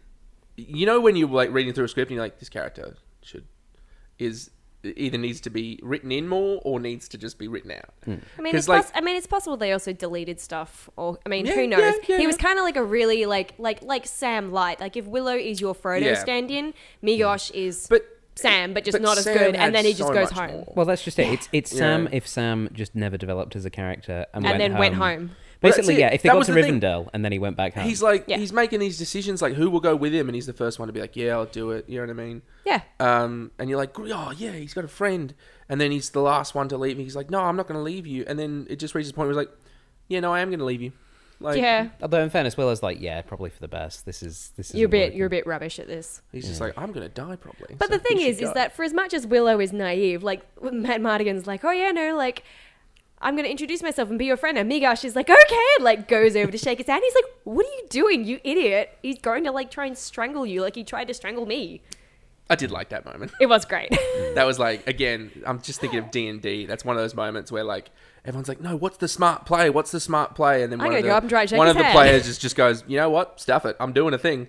B: you know when you're like reading through a script and you're like this character should is either needs to be written in more or needs to just be written out.
C: I mean, it's
B: like
C: poss- I mean, it's possible they also deleted stuff, or I mean,
B: Yeah,
C: who
B: yeah,
C: knows?
B: yeah,
C: he was
B: yeah.
C: kind of like a really like like like Sam light. Like if Willow is your Frodo
B: Yeah.
C: stand-in, Migosh is
B: But-
C: Sam, but just
B: but
C: not
B: Sam
C: as good.
B: had
C: And then he just
B: so
C: goes
B: much
C: home.
B: more.
A: well, that's just it. It's it's
B: Yeah.
A: Sam if Sam just never developed as a character and,
C: And
A: went
C: then
A: home.
C: went home.
B: Well, that's
A: Basically,
B: it.
A: yeah. If they
B: That
A: got
B: was
A: to
B: the thing.
A: Rivendell and then he went back home,
B: he's like
C: Yeah.
B: he's making these decisions like who will go with him and he's the first one to be like yeah I'll do it you know what I mean
C: Yeah.
B: um and you're like oh yeah he's got a friend and then he's the last one to leave and he's like no I'm not going to leave you and then it just reaches a point where he's like yeah no I am going to leave you like
C: yeah.
A: although in fairness, Willow's like, yeah, probably for the best. This is this is
C: You're a bit you're a bit rubbish at this.
B: he's just like I'm going to die probably
C: But
B: so
C: the thing
B: you should
C: is, is
B: go."
C: that for as much as Willow is naive, like Matt Mardigan's like, oh yeah, no, like I'm gonna introduce myself and be your friend. And Migash is like, okay, and like goes over to shake his hand. He's like, what are you doing, you idiot? He's going to like try and strangle you, like he tried to strangle me.
B: I did like that moment
C: It was great.
B: That was like again. I'm just thinking of D and D. That's one of those moments where like everyone's like, "No, what's the smart play? What's the smart play?" And then
C: I'm
B: one
C: gonna
B: of the
C: go up and try and shake
B: one
C: his
B: of the
C: hand.
B: players just just goes, "You know what? Stuff it. I'm doing a thing."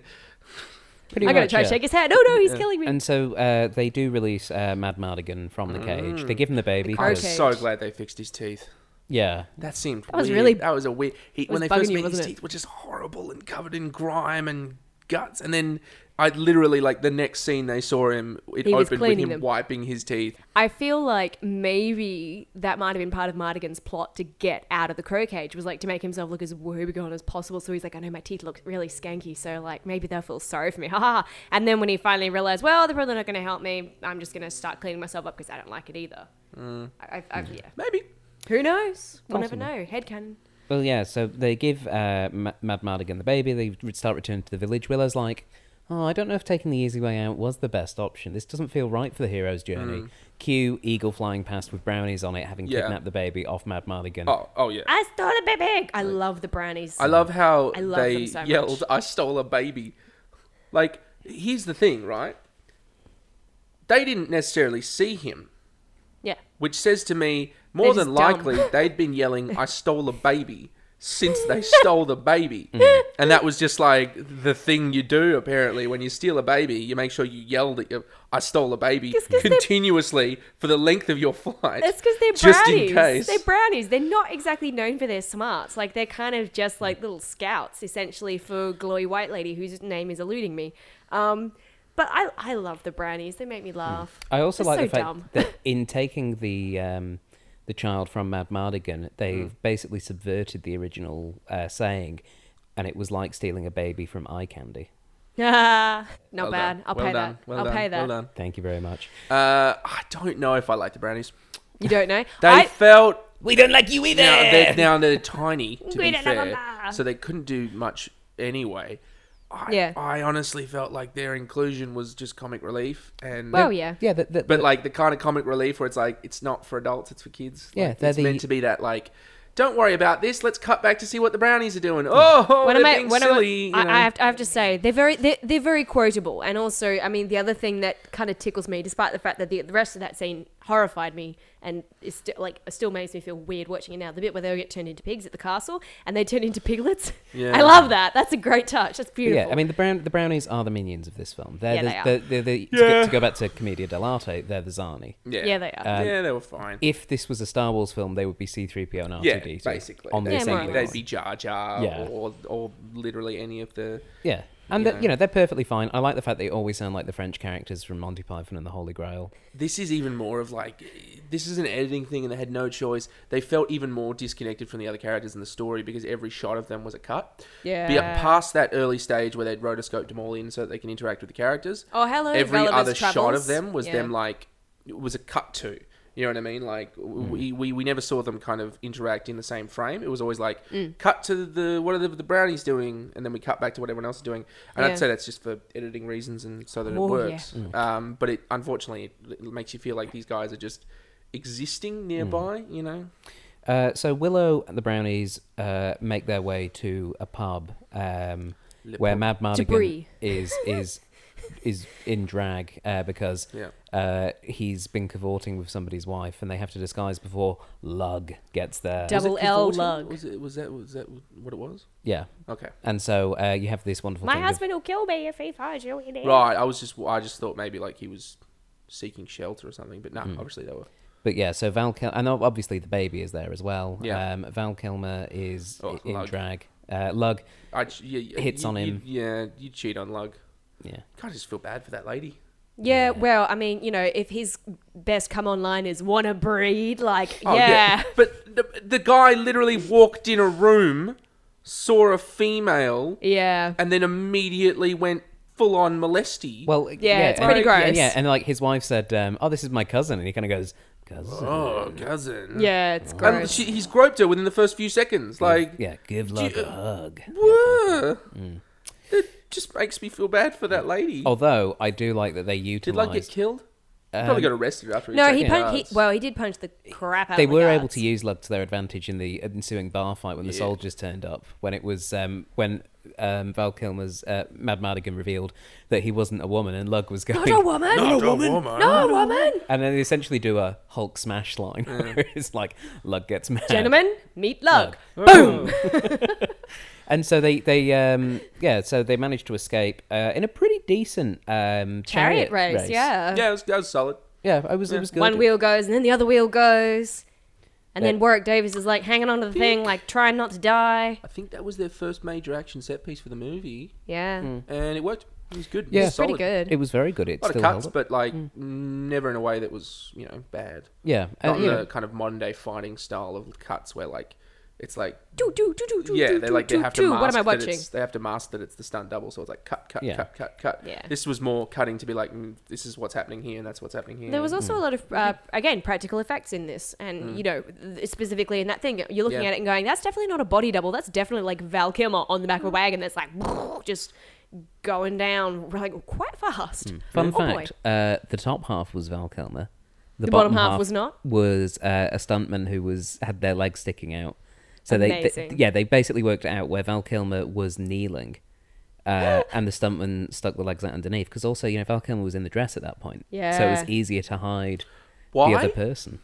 A: Pretty
C: I'm gonna
A: much,
C: try and
A: yeah.
C: shake his hand. No, no, he's killing me.
A: And so uh, they do release uh, Mad Mardigan from the cage.
B: Mm.
A: They give him the baby.
C: car
A: 'cause-
C: cage.
B: So glad they fixed his teeth.
A: Yeah,
B: That seemed that
C: was
B: weird.
C: really-
B: that was a weird. He, when
C: was
B: they
C: bugging
B: first
C: you,
B: met, his
C: wasn't it?
B: teeth were just horrible and covered in grime and guts. And then I literally like the next scene they saw him. It
C: He was
B: opened with
C: cleaning
B: him
C: them.
B: wiping his teeth.
C: I feel like maybe that might have been part of Mardigan's plot to get out of the crow cage was like to make himself look as woebegone as possible. So he's like, I know my teeth look really skanky, so like maybe they'll feel sorry for me, haha. And then when he finally realized, well, they're probably not going to help me. I'm just going to start cleaning myself up because I don't like it either. I, I, I, yeah.
B: Maybe.
C: Who knows? We'll
A: Possible.
C: never know. Headcanon.
A: Well, yeah, so they give uh, Ma- Mad Mardigan the baby. They re- start returning to the village. Willow's like, oh, I don't know if taking the easy way out was the best option. This doesn't feel right for the hero's journey. Cue eagle flying past with brownies on it, having
B: Mm. Yeah.
A: kidnapped the baby off Mad Mardigan.
B: Oh, oh yeah.
C: I stole a baby. I love the brownies.
B: I love how
C: I love
B: they
C: them so much.
B: yelled, "I stole a baby." Like, here's the thing, right? They didn't necessarily see him,
C: yeah.
B: which says to me more
C: They're
B: than
C: just
B: likely they'd been yelling, "I stole a baby." Since they stole the baby,
C: Mm-hmm.
B: and that was just like the thing you do. Apparently, when you steal a baby, you make sure you yell that you, "I stole a baby"
C: 'Cause- 'cause they're-
B: continuously for the length of your flight.
C: That's because they're
B: just
C: brownies.
B: in case.
C: They're brownies. They're not exactly known for their smarts. Like they're kind of just like little scouts, essentially, for glowy white lady whose name is eluding me. Um, but I, I love the brownies. They make me
B: Hmm.
C: laugh.
A: I also
C: They're
A: like the
C: so
A: fact
C: dumb.
A: that in taking the um, the child from Mad Mardigan,
B: Mm.
A: they've basically subverted the original uh, saying, and it was like stealing a baby from eye candy.
C: Ah, not
B: Well
C: bad.
B: done.
C: I'll
B: Well
C: pay
B: done.
C: that.
B: Well
C: I'll
B: done.
C: pay that.
B: Well done.
A: Thank you very much.
B: Uh, I don't know if I like the brownies.
C: You don't know.
B: They
C: I,
B: felt
A: We don't like you either.
B: now they're, now they're tiny to
C: We
B: be
C: don't have a
B: fair,
C: bar.
B: so they couldn't do much anyway. I,
C: Yeah.
B: I honestly felt like their inclusion was just comic relief, and
C: well, Oh, yeah.
A: yeah, the, the,
B: but like the kind of comic relief where it's like it's not for adults, it's for kids. Like,
A: Yeah, they're
B: it's meant
A: the-
B: to be that like Don't worry about this. Let's cut back to see what the brownies are doing. Oh,
C: When
B: they're
C: am I?
B: being
C: When am I?
B: silly. you
C: I,
B: know.
C: I, have to, I have to say they're very they're, they're very quotable, and also I mean the other thing that kind of tickles me, despite the fact that the, the rest of that scene horrified me and is still like still makes me feel weird watching it now. The bit where they all get turned into pigs at the castle and they turn into piglets.
B: Yeah.
C: I love that. That's a great touch. That's beautiful.
A: Yeah, I mean the brown the brownies are the minions of this film. They're
C: Yeah, they are.
A: the, they are. the, to,
B: Yeah.
A: go, to go back to Commedia dell'arte, they're the Zani.
B: yeah.
C: yeah, they are.
A: Um,
B: yeah, they were fine.
A: If this was a Star Wars film, they would be C-3PO and
B: Yeah,
A: R2-D2
B: basically.
A: on the
B: They'd
C: Yeah,
A: assembly
C: more or
B: be-
A: line.
B: they'd be Jar Jar
A: Yeah.
B: or, or literally any of the.
A: Yeah. And
B: You
A: the-
B: know.
A: you know they're perfectly fine. I like the fact they always sound like the French characters from Monty Python and the Holy Grail.
B: This is even more of like. This is an editing thing and they had no choice. They felt even more disconnected from the other characters in the story because every shot of them was a cut.
C: yeah.
B: Be up past that early stage where they'd rotoscoped them all in so that they can interact with the characters.
C: oh, hello.
B: every
C: Gulliver's
B: other shot
C: Travels.
B: of them was
C: Yeah.
B: them like it was a cut to. You know what I mean? Like we, we we never saw them kind of interact in the same frame. It was always like
C: Mm.
B: cut to the what are the, the brownies doing, and then we cut back to what everyone else is doing. And
C: Yeah.
B: I'd say that's just for editing reasons and so that
C: Oh,
B: it
C: yeah.
B: works. Um, but it unfortunately it makes you feel like these guys are just existing nearby. You know?
A: Uh, so Willow and the brownies uh, make their way to a pub um,
B: Le
A: where
B: pub.
A: Mad Mardigan
C: Debris.
A: is is is in drag uh, because
B: Yeah.
A: uh, he's been cavorting with somebody's wife, and they have to disguise before Lug gets there.
C: Dub- Double
B: Was it
C: L
B: Conforti?
C: lug.
B: Was it was that was that what it was?
A: yeah,
B: Okay.
A: and so uh, you have this wonderful.
C: My
A: thing of-
C: husband will kill me if he finds you in there.
B: Right. I was just I just thought maybe like he was seeking shelter or something, but no, obviously they were.
A: but yeah, so Val Kilmer, and ob- obviously the baby is there as well.
B: Yeah.
A: Um, Val Kilmer is
B: Oh,
A: i- in
B: Lug.
A: drag. Uh, Lug,
B: I ch- yeah, yeah,
A: Hits
B: you-
A: on
B: you-
A: him.
B: Yeah, you cheat on Lug.
A: yeah.
B: God, I just feel bad for that lady.
C: Yeah, well, I mean, you know, if his best come online is wanna breed, like,
B: Oh,
C: yeah.
B: But the, the guy literally walked in a room, saw a female,
C: Yeah.
B: and then immediately went full on molesty.
A: Well,
C: it's pretty
A: and- yeah,
C: gross.
A: Yeah, and like his wife said, um, "Oh, this is my cousin," and he kind of goes, "Cousin."
B: oh, cousin.
C: Yeah, it's
B: And
C: gross.
B: she, he's groped her within the first few seconds. Like,
A: yeah, Mm. give love a hug.
B: uh, whoa. It just makes me feel bad for that lady.
A: Although I do like that they
B: Did
A: utilized.
B: Lug get killed?
A: Um,
B: Probably got arrested after.
C: no,
B: took
C: he
B: the
C: punched.
B: cards.
C: He, well, he did punch the crap out.
A: they
C: of the
A: were
C: guards.
A: able to use lug to their advantage in the ensuing bar fight when the
B: Yeah.
A: soldiers turned up. When it was um, when um, Val Kilmer's uh, Mad Madigan revealed that he wasn't a woman, and Lug was going,
C: Not a woman.
B: Not a woman.
C: No woman.
A: and then they essentially do a Hulk smash line. Where it's like Lug gets mad.
C: Gentlemen, meet Lug.
B: Boom.
A: And so they they um yeah so they managed to escape uh, in a pretty decent um
C: Chariot race. Yeah.
B: yeah, it was, that was solid.
A: yeah it was it was good
C: One wheel goes, and then the other wheel goes, and then Warwick Davis is like hanging onto the thing, like trying not to die.
B: I think that was their first major action set piece for the movie,
C: Yeah.
A: Mm.
B: and it worked. It was good.
A: Yeah.
B: it
A: It's
B: was
C: Pretty
B: solid.
C: good. Mm.
A: It was very good. It
B: A lot
A: still
B: of cuts,
A: held up.
B: but like never in a way that was you know bad.
A: yeah, uh,
B: Not
A: you
B: the
A: know,
B: kind of modern day fighting style of cuts where like it's like
C: do do do do do.
B: yeah
C: do,
B: they like
C: do,
B: they have
C: do.
B: to mask
C: What am I
B: that
C: watching?
B: it's- they have to mask that it's the stunt double, so it's like cut cut
A: Yeah.
B: cut cut cut.
C: Yeah.
B: This was more cutting to be like mm, this is what's happening here and that's what's happening here.
C: There was also a lot of, uh, again, practical effects in this, and you know, th- specifically in that thing, you're looking
B: Mm. Yeah.
C: at it and going, "That's definitely not a body double. That's definitely like Val Kilmer on the back of a wagon. That's like just going down like quite fast."
B: Mm.
A: fun
C: Oh, boy.
A: fact: uh, the top half was Val Kilmer.
C: The bottom half was not?
A: Was uh, a stuntman who was had their legs sticking out. So they, they
C: Amazing.
A: yeah they basically worked it out where Val Kilmer was kneeling, uh, and the stuntman stuck the legs out underneath because also you know Val Kilmer was in the dress at that point. So it was
C: Yeah.
A: easier to hide
B: Why?
A: the other person.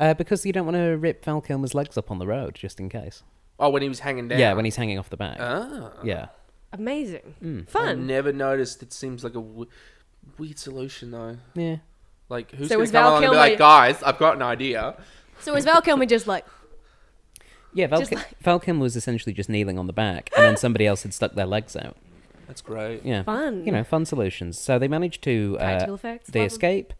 A: Uh, because you don't want to rip Val Kilmer's legs up on the road just in case.
B: oh, when he was hanging down.
A: Yeah, when he's hanging off the back.
B: Ah.
A: yeah.
C: Amazing,
B: I
C: fun.
B: never noticed. It seems like a w- weird solution though.
A: Yeah.
B: Like who's
C: So
B: gonna
C: was
B: come
C: Val
B: along and be
C: Kilmer-
B: like, guys, I've got an idea.
C: So was Val Kilmer just like,
A: Yeah, Val,
C: Just
A: Ki- Val Kilmer was essentially just kneeling on the back, and then somebody else had stuck their legs out.
B: That's great.
A: Yeah,
C: Fun.
A: You know, fun solutions. So they managed to uh,
C: Practical effects,
A: they
C: love 'em.
A: escape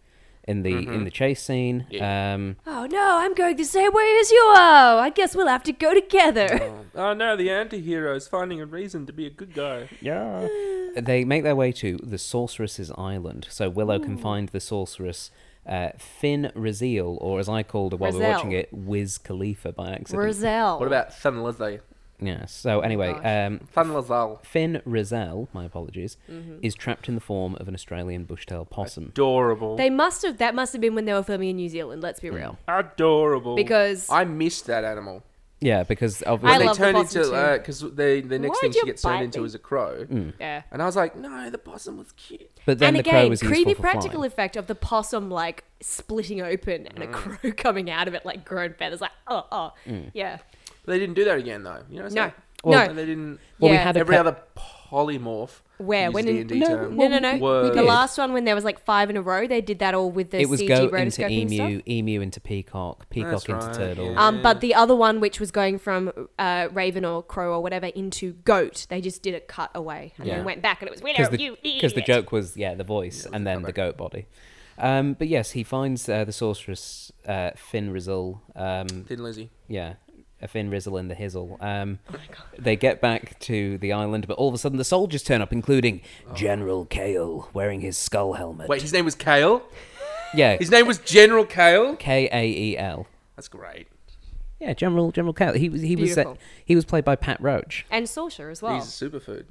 A: in the in the chase scene.
B: Yeah.
A: Um,
C: "Oh no, I'm going the same way as you are. I guess we'll have to go together."
B: Oh no, the anti-hero is finding a reason to be a good guy.
A: yeah. They make their way to the Sorceress's Island, so Willow can find the sorceress. Uh, Finn Raziel, or as I called her while we were watching
C: Raziel.
A: it, Wiz Khalifa by accident.
C: Roselle.
B: What about Thun Lizzy?
A: yeah. So anyway,
C: gosh.
A: um,
B: Thun Lizzy.
A: Finn Razel, my apologies,
C: Mm-hmm.
A: is trapped in the form of an Australian bushtail possum.
B: Adorable.
C: They must have.
B: Mm.
C: That must have been when they were filming in New Zealand. Let's be real.
B: Adorable.
C: Because-
B: I missed that animal.
A: yeah, because
C: I
B: When
A: obviously,
B: they
C: love the
B: turn
C: possum too.
B: into because they the next
C: Why'd
B: thing she
C: you
B: gets turned
C: bite
B: into
C: me?
B: is a crow,
C: Yeah.
B: and I was like, no, the possum was cute.
A: but then
C: and
A: the
C: again,
A: crow is useful
C: creepy
A: for
C: practical
A: flying.
C: effect of the possum like splitting open
B: Mm.
C: and a crow coming out of it like grown feathers, like oh oh
A: Mm.
C: yeah.
B: But they didn't do that again though. You know, what I'm
C: No.
B: saying?
C: Well- No.
B: And they didn't.
A: Well, we
C: Yeah.
A: had a
B: every
A: co-
B: other polymorph.
C: Where
B: used
C: when in,
B: D&D
A: no,
B: term.
C: no no no
B: was-
C: the
A: did.
C: last one when there was like five in a row they did that all with the
A: it was
C: CG
A: go into
C: rotoscoping
A: emu,
C: stuff.
A: emu into peacock, peacock
B: That's
A: into
B: right,
A: turtle.
B: yeah.
C: Um, but the other one, which was going from uh, raven or crow or whatever into goat, they just did a cut away and
A: Yeah.
C: then went back, and it was
A: because
C: Widow,
A: the,
C: you
A: 'cause the
C: idiot."
A: joke was yeah the voice and then the goat body um, but yes he finds uh, the sorceress uh, Finn Rizzle um,
B: Thin Lizzy.
A: yeah a Finn Rizzle in the hizzle um,
B: Oh
A: they get back to the island but all of a sudden the soldiers turn up including General Kale wearing his skull helmet
B: Oh. Wait, his name was Kale.
A: yeah E
B: His name was General Kale.
A: K-A-E-L
B: That's great.
A: yeah General General Kale he was he was uh,
C: Beautiful.
A: he was played by Pat Roach
C: and saucer as well.
B: He's a superfood.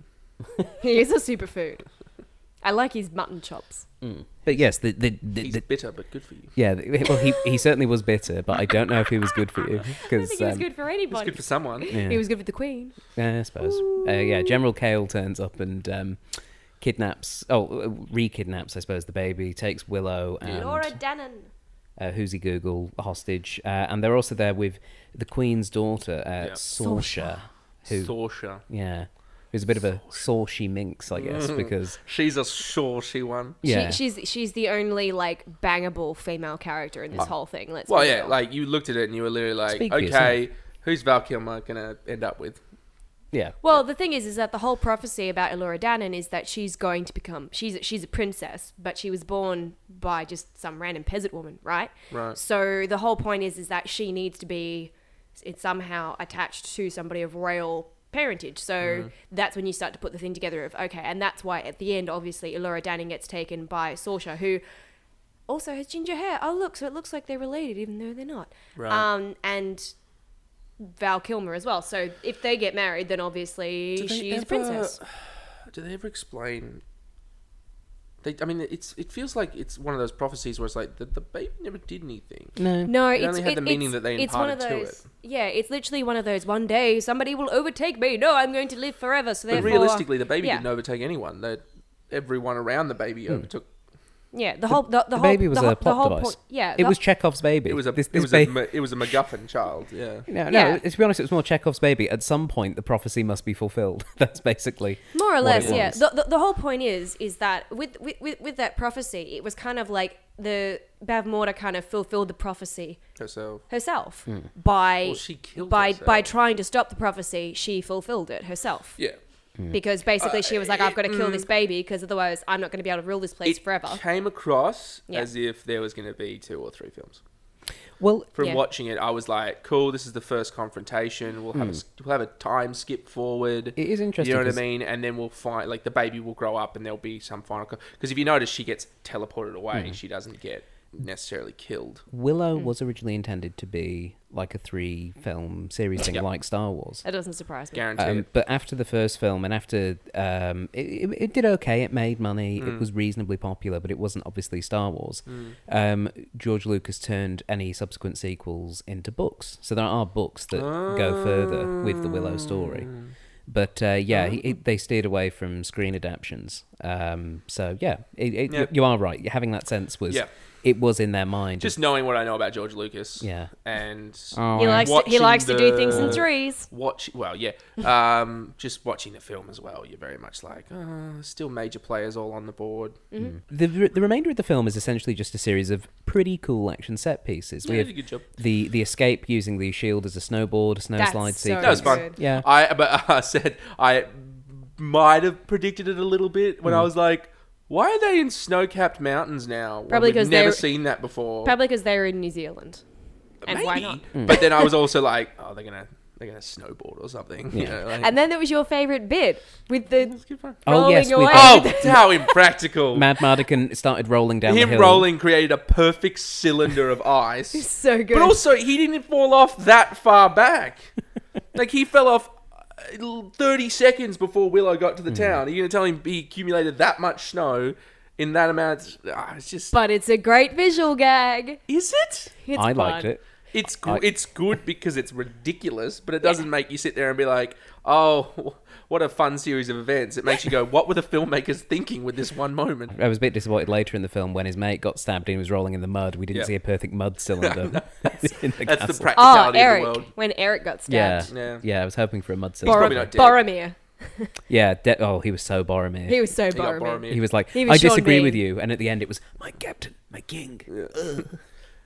C: he is a superfood. I like his mutton chops.
A: but yes the the, the,
B: He's
A: the
B: bitter, but good for you.
A: yeah, the- well, he, he certainly was bitter, but I don't know if he was good for you
C: I
A: because
C: think he was good for
B: It's
C: anybody.
B: good for someone.
A: um, yeah.
C: He was good for the queen.
A: Yeah, I suppose. Uh, yeah, General Kale turns up and um, kidnaps, oh, re kidnaps, I suppose, the baby, takes Willow and
C: Laura Dannon.
A: uh, Hoosie Google hostage. Uh, and they're also there with the Queen's daughter, uh,
B: Yeah.
A: Sorsha, who,
B: Sorsha.
A: yeah, who's a bit of a saucy minx, I guess,
C: Mm.
A: because,
B: She's a saucy one.
A: yeah.
C: She, she's she's the only like bangable female character in this whole thing. Let's
B: Well,
C: be
B: yeah,
C: real.
B: like you looked at it and you were literally like,
A: Speak for
B: okay, who's Val Kilmer gonna end up with?
A: yeah.
C: Well, the thing is, is that the whole prophecy about Elora Dannon is that she's going to become she's she's a princess, but she was born by just some random peasant woman, right?
B: Right.
C: So the whole point is, is that she needs to be it's somehow attached to somebody of royal parentage. So
B: Mm-hmm.
C: that's when you start to put the thing together of okay, and that's why at the end, obviously, Elora Dannon gets taken by Sorsha, who also has ginger hair. Oh look, so it looks like they're related, even though they're not.
B: Right.
C: Um, and Val Kilmer as well. So if they get married, then obviously
B: Do they
C: she's
B: ever-
C: a princess.
B: Do they ever explain? They, I mean, it's it feels like it's one of those prophecies where it's like the, the baby never did anything.
A: No.
C: No,
B: It
C: it's
B: only had the meaning
C: it's-
B: that they
C: it's one of
B: imparted to
C: those-
B: it.
C: Yeah, it's literally one of those. One day somebody will overtake me. No, I'm going to live forever. So
B: But
C: therefore,
B: realistically, the baby
C: yeah,
B: didn't overtake anyone. That everyone around the
A: Hmm.
B: baby overtook.
C: Yeah, the whole the, the,
A: The
C: whole,
A: baby was
C: the, whole-
A: a
C: the
A: plot
C: whole
A: device.
C: point. Yeah,
A: it
C: the-
A: was Chekhov's baby.
B: It was a
A: This,
B: it
A: this
B: was a
A: baby-
B: ma- it was a MacGuffin child. Yeah.
A: No,
C: Yeah.
A: no. To be honest, it was more Chekhov's baby. At some point, the prophecy must be fulfilled. That's basically
C: more or
A: what it
C: less yeah
A: was.
C: the, the, the whole point is is that with, with with- with that prophecy it was kind of like the bav Morda kind of fulfilled the prophecy
B: Herself.
C: herself by
B: Hmm. Well, she killed
C: by by
B: herself.
C: trying to stop the prophecy she fulfilled it herself
B: Yeah.
C: because basically
B: Uh,
C: she was like i've got to kill this baby because otherwise i'm not going to be able to rule this place
B: It
C: forever
B: came across
C: Yeah.
B: as if there was going to be two or three films.
A: well.
B: From
C: Yeah.
B: watching it, I was like, "Cool, this is the first confrontation. We'll have a, s- we'll have a time skip forward.
A: Hmm. It is interesting
B: You know what
A: 'cause-
B: I mean? And then we'll find like the baby will grow up, and there'll be some final. Because if you notice, she gets teleported
A: Hmm.
B: away. She doesn't get necessarily killed.
A: Willow was originally intended to be like a three film series thing,
B: Yep.
A: like Star Wars.
C: that doesn't surprise me
B: Guaranteed.
A: Um, but after the first film, and after um, it, it, it did okay, it made money,
B: Mm.
A: it was reasonably popular, but it wasn't obviously Star Wars. Um, George Lucas turned any subsequent sequels into books, so there are books that go further with the Willow story.
B: Ah.
A: But uh, yeah, he, it- they steered away from screen adaptions. Um, so yeah, it, it,
B: Yeah.
A: you are right. Having that sense was
B: Yeah.
A: it was in their mind.
B: Just knowing what I know about George Lucas.
A: Yeah.
B: And
A: Oh,
C: he
A: yeah.
C: likes to, he
B: watching
C: likes to do things in
B: the-
C: threes
B: watch well yeah um just watching the film as well you're very much like uh, still major players all on the board
C: Mm-hmm.
A: The, the remainder of the film is essentially just a series of pretty cool action set pieces.
B: Yeah,
A: we
B: they
A: have
B: did a good job.
A: the the escape using the shield as a snowboard, a snow
C: That's
A: slide
C: so
A: sequence.
B: that was fun
C: Good.
A: Yeah.
B: i but i said i might have predicted it a little bit when i was like why are they in snow-capped mountains now? when
C: Probably
B: we've
C: 'cause
B: never
C: they're-
B: seen that before.
C: probably because they're in new zealand and why
B: Maybe.
C: not
B: But then I was also like, oh, they're gonna they're gonna snowboard or something. you know, like-
C: and then there was your favorite bit with the
B: It's good fun.
A: Oh, yes,
C: rolling
A: we-
C: away
B: oh, how impractical!
A: Mad Mardigan started rolling down the
B: Him
A: hill.
B: rolling created a perfect cylinder of ice.
C: so good
B: But also, he didn't fall off that far back. like he fell off uh, thirty seconds before Willow got to
C: Hmm.
B: the town. Are you going to tell him he accumulated that much snow in that amount? Ah, it's just.
C: but it's a great visual gag
B: is it?
C: it's
A: I liked
C: fun.
A: it.
B: It's go- it's good because it's ridiculous, but it doesn't make you sit there and be like, "Oh, what a fun series of events." It makes you go, "What were the filmmakers thinking with this one moment?"
A: I was a bit disappointed later in the film when his mate got stabbed and he was rolling in the mud. We didn't
B: Yeah.
A: see a perfect mud cylinder. in the castle.
B: That's the
C: Oh,
B: practicality of the
C: Eric.
B: world.
C: When Eric got
A: yeah.
C: stabbed.
A: yeah,
B: Yeah.
A: I was hoping for a mud cylinder.
C: Bor-
B: probably not dead.
C: Boromir.
A: yeah, de- oh, he was so Boromir.
C: He was so
B: He got
C: Boromir.
B: Boromir.
A: He was like,
C: He was
A: I
C: Sean
A: disagree
C: Bean.
A: with you, and at the end it was my captain, my king.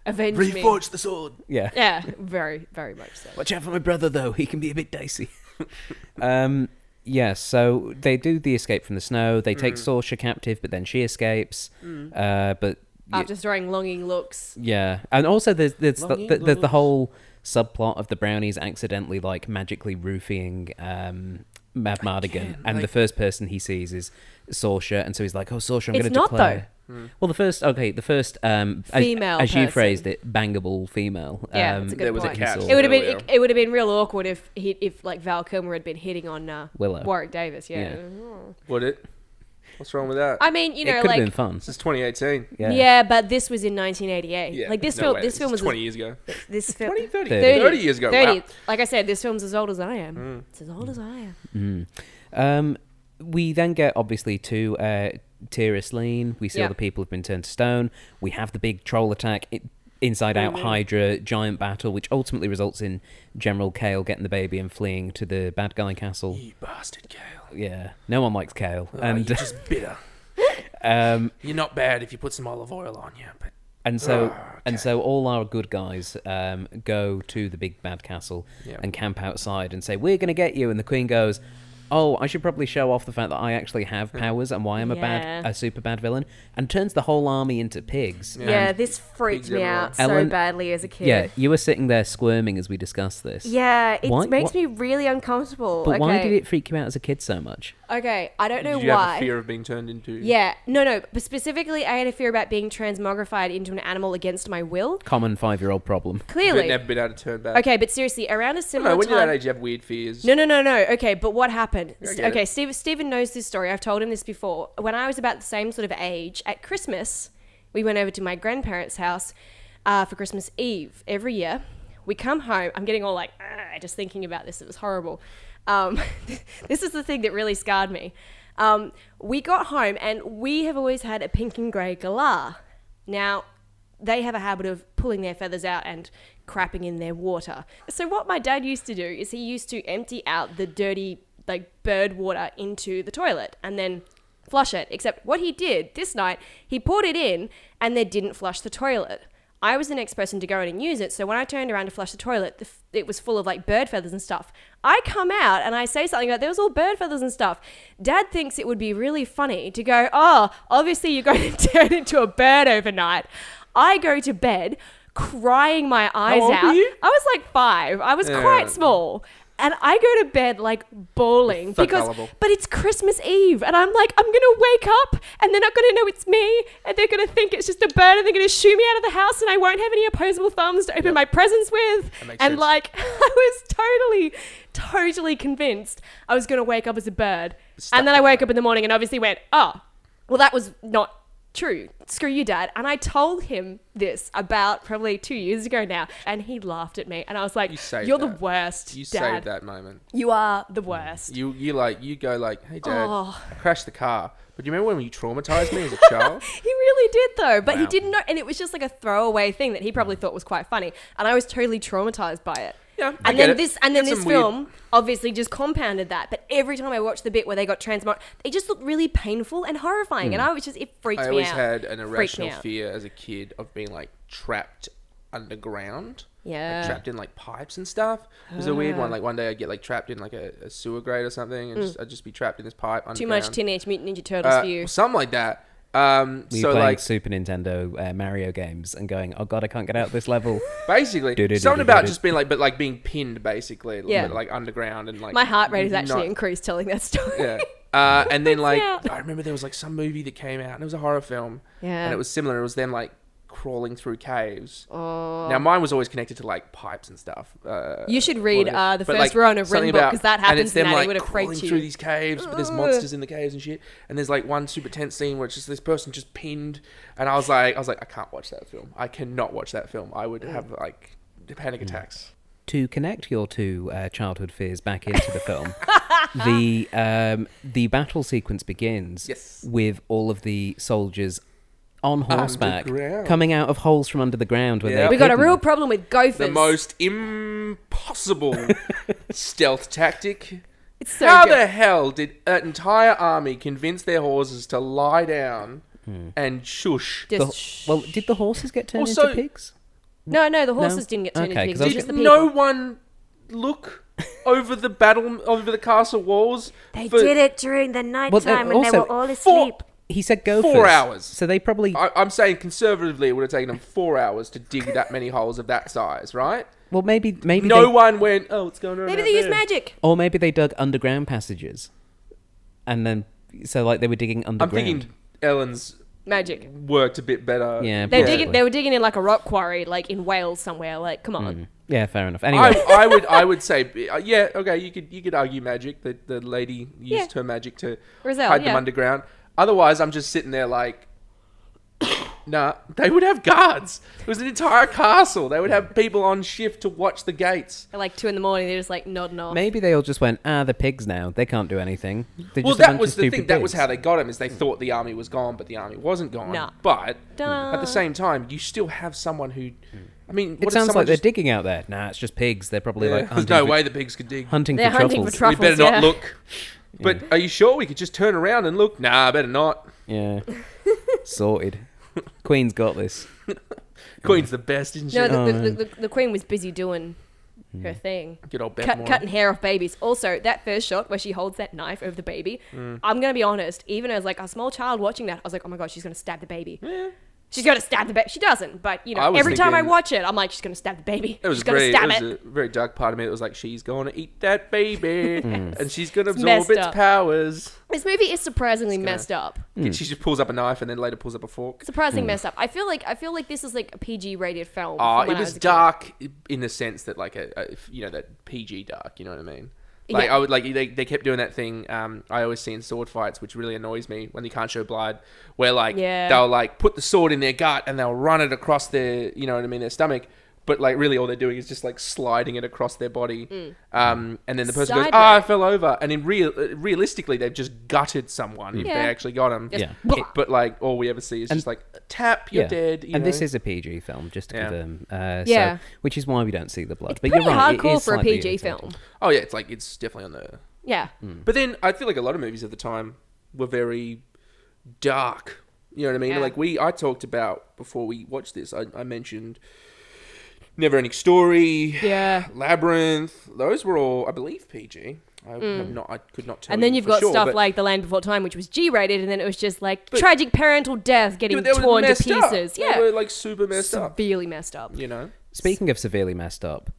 C: Avenge me.
B: Reforge the sword.
A: Yeah.
C: Yeah, very, very much so.
A: Watch out for my brother, though. He can be a bit dicey. um, yeah, so they do the escape from the snow. They
C: Mm.
A: take Sorsha captive, but then she escapes. Uh, but y-
C: After throwing longing looks.
A: yeah, and also there's there's the,
B: Longing
A: the, the, the
B: looks.
A: whole subplot of the brownies accidentally like magically roofing um, Mad Mardigan, and the
B: like-
A: first person he sees is Sorsha, and so he's like, "Oh, Sorsha, I'm
C: It's
A: going to
C: not, Hmm.
A: declare." Well, the first okay, the first um, as-
C: Female
A: as, you
C: person.
A: phrased it, bangable female.
C: Yeah,
A: um,
C: that's a good
B: There was a
A: that
C: point.
A: he
B: catch.
A: saw.
C: It would have been
B: Earlier.
C: it, would have been real awkward if he if like Val Kilmer had been hitting on uh,
A: Willow.
C: Warwick Davis. Yeah.
A: Yeah.
B: Would it? What's wrong with that?
C: I mean, you
A: it
C: know,
A: could
C: like
A: have been fun.
B: This is 2018.
C: yeah. but this was in 1988.
B: Yeah.
C: Like this
B: no
C: film,
B: way.
C: this film was
B: 20 years ago.
C: this film
B: 20, 30,
A: 30.
B: 30 years ago.
C: 30.
B: Wow. Mm.
C: Like I said, this film's as old as I am. It's as old as I am.
A: Um, we then get obviously to uh, Tyrus Lean. We see all
C: Yeah.
A: the people have been turned to stone. We have the big troll attack, i inside out Hydra giant battle, which ultimately results in General Kale getting the baby and fleeing to the bad guy castle.
B: You bastard, Gail.
A: Yeah, no one likes Kale,
B: Oh,
A: and
B: you're just bitter.
A: um,
B: You're not bad if you put some olive oil on you, but
A: and so
B: Ah,
A: and so all our good guys um, go to the big bad castle
B: Yeah.
A: and camp outside and say we're going to get you and the queen goes oh i should probably show off the fact that i actually have
B: Hmm.
A: powers and why i'm a bad
C: Yeah.
A: a super bad villain and turns the whole army into pigs
C: Yeah, this freaked
B: Pigs
C: me
B: everywhere.
C: out
A: Ellen-
C: so badly as a kid.
A: yeah you were sitting there squirming as we discussed this
C: Yeah, it
A: Why-
C: makes
A: what-
C: me really uncomfortable.
A: but
C: okay.
A: why did it freak you out as a kid so much
C: Okay, I don't know
B: did you
C: why.
B: have a fear of being turned into?
C: Yeah, no, no. But specifically, I had a fear about being transmogrified into an animal against my will.
A: common five-year-old problem
B: You've
C: Clearly.
B: never been able to turn back.
C: Okay, but seriously, around a
B: I
C: similar
B: don't know, when you're
C: time.
B: that age, you have weird fears.
C: No, no, no, no. Okay, but what happened?
B: I get
C: Okay,
B: it.
C: Steve, Stephen knows this story. I've told him this before. When I was about the same sort of age, at Christmas, we went over to my grandparents' house uh, for Christmas Eve every year. We come home. I'm getting all like, "Ah," just thinking about this. It was horrible. Um, this is the thing that really scarred me. Um, we got home, and we have always had a pink and grey galah. Now, they have a habit of pulling their feathers out and crapping in their water. So what my dad used to do is he used to empty out the dirty like bird water into the toilet and then flush it. Except what he did this night, he poured it in and they didn't flush the toilet. I was the next person to go in and use it, so when I turned around to flush the toilet, the f- it was full of like bird feathers and stuff. I come out and I say something like, there was all bird feathers and stuff. Dad thinks it would be really funny to go, oh, obviously you're going to turn into a bird overnight. I go to bed crying my eyes
B: old
C: out.
B: were you?
C: I was like five. I was
B: Yeah.
C: quite small. And I go to bed like bawling
B: So
C: because,
B: gullible.
C: but it's Christmas Eve, and I'm like, I'm gonna wake up, and they're not gonna know it's me, and they're gonna think it's just a bird, and they're gonna shoo me out of the house, and I won't have any opposable thumbs to open my presents with.
B: That makes
C: And
B: sense.
C: like, I was totally, totally convinced I was gonna wake up as a bird,
B: Stuck
C: and then I woke up in the morning and obviously went, oh, well, that was not true. Screw you, Dad. And I told him this about probably two years ago now, and he laughed at me. And I was like,
B: You
C: You are
B: saved
C: the
B: that.
C: worst,
B: You
C: Dad.
B: saved that moment.
C: You are the worst."
B: You you like you go like, hey dad,
C: Oh.
B: I crashed the car. But do you remember when you traumatized me as a child?
C: he really did though, but he
B: Wow.
C: didn't know, and it was just like a throwaway thing that he probably thought was quite funny. And I was totally traumatized by it.
B: Yeah, I get
C: and then
B: it.
C: this, and then
B: It's
C: this
B: some weird-
C: film obviously just compounded that. But every time I watched the bit where they got transmog, they just looked really painful and horrifying, and I was just it freaked
B: Hmm. I
C: me
B: always
C: out.
B: had an
C: Freaked me
B: irrational
C: out.
B: fear as a kid of being like trapped underground.
C: Yeah. Ah.
B: Like, trapped in like pipes and stuff. It was a weird one. Like one day I'd get like trapped in like a, a sewer grate or something and just, I'd just be trapped in this pipe
C: Mm. Too
B: underground.
C: much Teenage Mutant Ninja Turtles
B: uh,
C: for you.
B: Something like that. Um,
A: we
B: so
A: playing
B: like
A: super nintendo uh, mario games and going oh god i can't get out of this level
B: basically
A: Do-do-do-do-do-do.
B: something about just being like but like being pinned basically
C: Yeah.
B: like, like underground and like
C: My heart rate is actually
B: not-
C: increased telling that story.
B: Yeah. Uh, and then like
C: Yeah.
B: I remember there was like some movie that came out and it was a horror film.
C: Yeah.
B: And it was similar. It was them like crawling through caves.
C: Oh.
B: Now mine was always connected to like pipes and stuff. Uh,
C: You should read,
B: whatever.
C: uh, the
B: But,
C: first row in a
B: something
C: Ren book,
B: about-
C: 'cause that
B: and
C: happens
B: it's them
C: and that
B: like
C: would have freaked
B: crawling
C: you.
B: through these caves, but there's monsters in the caves and shit. And there's like one super tense scene where it's just this person just pinned, and I was like, I was like, I can't watch that film. I cannot watch that film. I would have like panic attacks.
A: to connect your two uh, childhood fears back into the film, the um, the battle sequence begins
B: Yes.
A: with all of the soldiers on horseback
B: Underground.
A: coming out of holes from under the ground when
B: Yeah.
A: they
C: We got a
A: hidden.
C: real problem with gophers.
B: The most impossible stealth tactic.
C: It's so
B: How
C: good.
B: the hell did an entire army convince their horses to lie down
A: Hmm.
B: and shush?
A: The-
C: Just sh-
A: well, did the horses get turned
B: Also-
A: into pigs?
C: no, no, the horses
A: No?
C: didn't get turned
A: Okay,
C: into
A: 'cause I was
C: pigs. Just the
B: Did
C: people.
B: no one look over the battle, over the castle walls?
D: They
B: for-
D: did it during the night
A: Well,
D: time
A: uh,
D: when they
A: also-
D: were all
B: Four-
D: asleep.
A: He said go
B: Four
A: first.
B: hours.
A: So they probably
B: I, I'm saying conservatively, it would have taken them four hours to dig that many holes of that size, right?
A: well maybe maybe
B: No
A: they,
B: one went, oh, what's going on?
C: Maybe
B: out
C: they use
B: there?"
C: magic.
A: or maybe they dug underground passages, and then so like they were digging
B: I'm
A: underground.
B: thinking Ellen's
C: Magic.
B: worked a bit better.
A: Yeah, They're
C: They were
A: Yeah.
C: digging. They were digging in like a rock quarry, like in Wales somewhere. Like, come on.
A: yeah, fair enough.
B: I,
A: Anyway,
B: I would I would say uh, yeah okay you could you could argue magic that the lady used
C: Yeah.
B: her magic to
C: Rizal,
B: hide
C: yeah.
B: them underground. Otherwise, I'm just sitting there like, nah. They would have guards. It was an entire castle. They would have people on shift to watch the gates.
C: At like two in the morning, they're just like nodding off.
A: maybe they all just went ah the pigs now they can't do anything. They're
B: Well,
A: just a
B: that
A: bunch
B: was
A: of
B: the
A: stupid
B: thing. That was
A: pigs."
B: how they got him. Is they thought the army was gone, but the army wasn't gone.
C: Nah. Uh.
B: But
C: Ta-da.
B: at the same time, you still have someone who. I mean, what
A: It
B: if
A: sounds
B: someone
A: like they're
B: just-
A: digging out there. Nah, it's just pigs. They're probably like
B: Yeah, There's
A: hunting,
B: no
A: for,
B: way the pigs could dig.
A: hunting
C: They're
A: for
C: hunting
A: truffles.
C: for truffles.
B: we better not
C: yeah.
B: look. But are you sure we could just turn around and look? Nah, better not.
A: yeah, sorted. Queen's got this.
B: Queen's the best, isn't she?
C: No, the, the, the, the, the queen was busy doing her
A: Mm-hmm.
C: thing.
B: Good old
C: Cut,
B: Betmore.
C: cutting hair off babies. Also, that first shot where she holds that knife over the baby,
B: Mm.
C: I'm gonna be honest. Even as like a small child watching that, I was like, oh my god, she's gonna stab the baby. She's gonna stab the baby. She doesn't, but you know,
B: I was
C: every time I
B: thinking-
C: watch it, I'm like, she's gonna stab the baby.
B: It was
C: she's gonna
B: very,
C: stab
B: it
C: it.
B: was a very dark part of me. It was like she's going to eat that baby, and she's going to absorb
C: messed
B: its
C: up.
B: powers.
C: This movie is surprisingly
B: gonna-
C: messed up.
B: And She just pulls up a knife and then later pulls up a fork.
C: Surprisingly messed up. I feel like I feel like this is like a PG rated film.
B: Hmm. Ah,
C: from when
B: it
C: I
B: was
C: a kid.
B: dark i- in the sense that like a, a if- you know that PG dark. You know what I mean? Like
C: Yeah.
B: I would like they, they kept doing that thing. Um, I always see in sword fights, which really annoys me when they can't show blood. Where like
C: Yeah.
B: they'll like put the sword in their gut and they'll run it across their you know what I mean their stomach. But like really, all they're doing is just like sliding it across their body,
C: Mm.
B: um, and then the person goes,
C: Sideways.
B: "Ah, I fell over." And in real, uh, realistically, they've just gutted someone if
C: Yeah.
B: they actually got him.
A: Yeah.
C: Blah.
B: But like, all we ever see is just like tap, you're
A: yeah,
B: dead. You
A: and this
B: know?
A: is a PG film, just to
B: Yeah.
A: confirm. Uh,
C: Yeah.
A: so, which is why we don't see the blood.
C: It's
A: but
C: pretty
A: you're right. it
C: hardcore
A: is
C: for a
A: slightly
C: PG
A: irritating.
C: film.
B: Oh yeah, it's like it's definitely on the
C: Yeah.
B: But then I feel like a lot of movies at the time were very dark. You know what I mean?
C: Yeah.
B: Like we, I talked about before we watched this. I, I mentioned Neverending Story,
C: Yeah.
B: Labyrinth. Those were all, I believe, PG. I have not, I could not tell.
C: Mm. And then
B: you
C: you've
B: for
C: got
B: sure,
C: stuff
B: but-
C: like The Land Before Time, which was G rated, and then it was just like tragic parental death getting
B: Dude, they were
C: torn to
B: messed up.
C: pieces.
B: They
C: Yeah.
B: were like super messed up.
C: Severely messed up.
B: You know,
A: Speaking of severely messed up,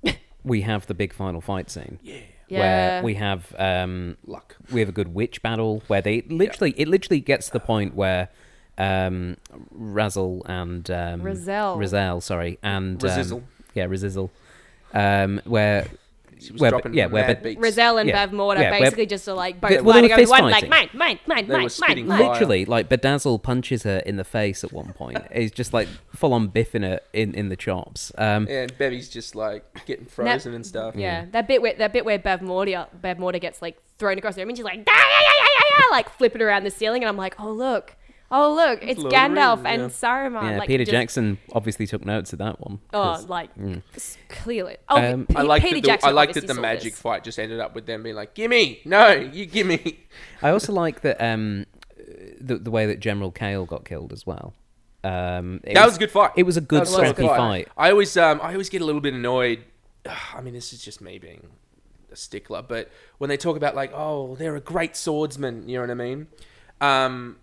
A: we have the big final fight scene. Yeah.
C: Yeah.
A: Where we have um,
B: luck.
A: we have a good witch battle where they literally it literally gets to the point where um Razzle and um
C: Razel.
A: Razel, sorry, and um,
B: Razizzle.
A: yeah, Razizzle. Um where
B: She was
A: where-
B: dropping
A: yeah,
B: yeah,
A: where-
B: mad
A: but-
B: beats.
C: Rizal and
A: Yeah.
C: Bev Morda
A: Yeah, Bev-
C: basically just are like both
A: Well, they
C: fighting
A: were
C: over
A: fist
C: one, like
A: fighting.
C: mine, mine, mine,
B: They were
C: mine, mine,
B: spitting
C: mine.
B: fire.
A: literally like Bedazzle punches her in the face at one point. It's just like full on biffing her in in the chops. Um
B: and Bevy's just like getting frozen and stuff.
C: Yeah, that bit where that bit where Bev Morda Bev Morda gets like thrown across the room and she's like, "Ah, yeah, yeah, yeah, yeah, yeah," like flipping around the ceiling, and I'm like, oh look, oh look, it's
B: Lord of the
C: Gandalf
B: Rings,
C: and
B: yeah.
C: Saruman.
A: yeah,
C: like,
A: Peter
C: just-
A: Jackson Mm. obviously took notes of that one.
C: Oh,
A: 'cause-
C: like s- clearly. Oh,
A: Um,
C: P-
B: I like
C: Peter
B: that the,
C: Jackson.
B: I like that the
C: obviously saw
B: magic
C: this.
B: fight just ended up with them being like, "Gimme, no, you gimme."
A: I also like that um, the the way that General Kale got killed as well. Um, it
B: That was a good fight.
A: It was a good
B: That a solid
A: scrappy fight.
B: I always, um, I always get a little bit annoyed. I mean, this is just me being a stickler, but when they talk about like, oh, they're a great swordsman, you know what I mean? Um,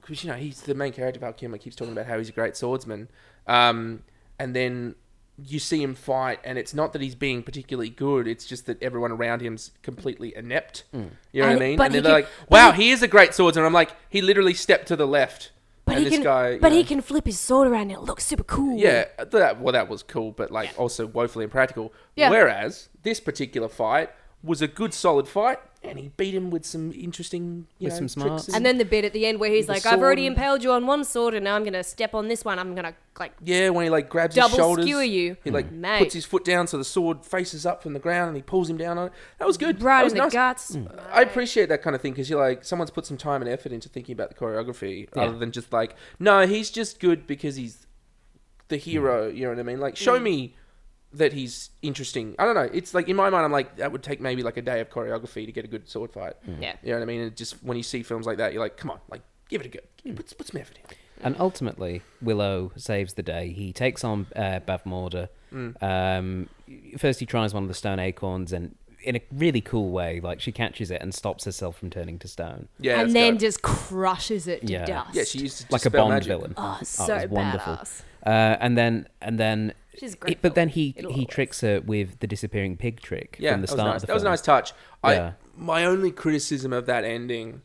B: because you know he's the main character. Val Kilmer keeps talking about how he's a great swordsman, um, and then you see him fight, and it's not that he's being particularly good. It's just that everyone around him's completely inept.
A: Mm.
B: You know
C: And-
B: what I mean?
C: but
B: And
C: he
B: then they're
C: can-
B: like,
C: but
B: "Wow,
C: he-
B: he is a great swordsman." I'm like, he literally stepped to the left.
D: But
B: and
D: he
B: this
D: can,
B: guy, you
D: but he
B: know.
D: can flip his sword around and it looks super cool.
B: Yeah, uh, that well, that was cool, but like also woefully impractical.
C: Yeah.
B: Whereas this particular fight was a good, solid fight. and he beat him with some interesting, you
A: With
B: know,
A: some smarts.
B: tricks
C: And then the bit at the end where he's
B: The
C: like, "I've already
B: sword.
C: impaled you on one sword, and now I'm gonna step on this one. I'm gonna like
B: yeah, when he like grabs his
C: double
B: shoulders,
C: skewer you." Mm.
B: he like
C: Mate.
B: puts his foot down so the sword faces up from the ground, and he pulls him down on it. That was good.
C: right
B: that
C: in
B: was
C: the
B: nice. Mm.
C: guts.
B: I appreciate that kind of thing because you're like someone's put some time and effort into thinking about the choreography,
A: Yeah.
B: other than just like, no, he's just good because he's the hero. You know what I mean? Like,
C: Mm.
B: show me that he's interesting. I don't know. It's like in my mind, I'm like that would take maybe like a day of choreography to get a good sword fight.
C: Mm. Yeah.
B: You know what I mean? And just when you see films like that, you're like, come on, like give it a go. Put, put some effort in.
A: And ultimately, Willow saves the day. He takes on uh, Bav Morda.
B: Mm.
A: Um, first, he tries one of the stone acorns, and in a really cool way, like she catches it and stops herself from turning to stone,
B: Yeah.
C: and
B: that's
C: then
B: dope.
C: just crushes it to
A: Yeah.
C: dust.
B: yeah, she used to
A: like a
B: dispel
A: Bond
B: magic.
A: villain.
C: Oh,
A: it
C: so
A: was
C: badass.
A: Uh, and then, and then,
C: She's a
A: it-
C: great
A: but then he
C: villain. It'll
A: he
C: always.
A: tricks her with the disappearing pig trick
B: Yeah,
A: from the
B: that was
A: start
B: nice.
A: of the
B: That was a
A: film.
B: nice touch.
A: Yeah.
B: I my only criticism of that ending,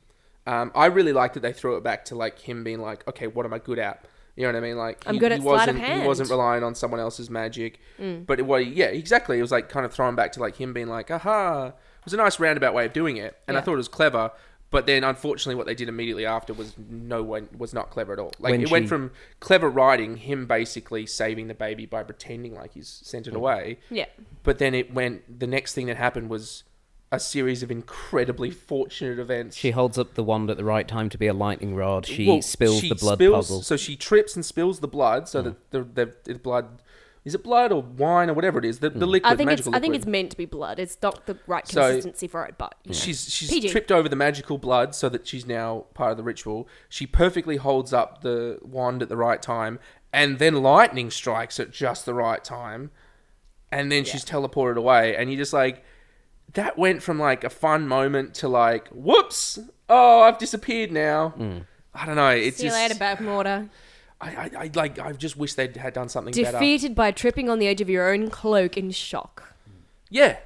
B: um, I really liked that they threw it back to like him being like, okay, what am I good at? You know what I mean? Like
C: I'm good at sleight of
B: wasn't he
C: hand. Mm.
B: wasn't relying on someone else's magic, but it was yeah exactly. It was like kind of thrown back to like him being like, aha. It was a nice roundabout way of doing it, and I
C: Yeah.
B: thought it was clever. But then, unfortunately, what they did immediately after was no one was not clever at all. Like
A: When
B: it went
A: she-
B: from clever writing, him basically saving the baby by pretending like he's sent it away,
C: Yeah.
B: but then it went. The next thing that happened was a series of incredibly fortunate events.
A: She holds up the wand at the right time to be a lightning rod. She
B: Well,
A: spills
B: she
A: the blood
B: spills-
A: puzzle. Mm.
B: So she trips and spills the blood, so that the, the, the blood is it blood or wine or whatever it is. The,
A: Mm.
B: the liquid,
C: I think it's
B: magical
C: I think
B: liquid.
C: it's meant to be blood. It's not the right
B: So-
C: consistency for it, but you know.
B: She's she's
C: PG.
B: tripped over the magical blood, so that she's now part of the ritual. She perfectly holds up the wand at the right time, and then lightning strikes at just the right time, and then she's teleported away. And you're just like, that went from like a fun moment to like, whoops, oh, I've disappeared now. I don't know. It's
C: See you
B: just,
C: later, Bav Morda.
B: I, I, I like, I just wish they had done something better.
C: Defeated by tripping on the edge of your own cloak in shock.
B: Yeah,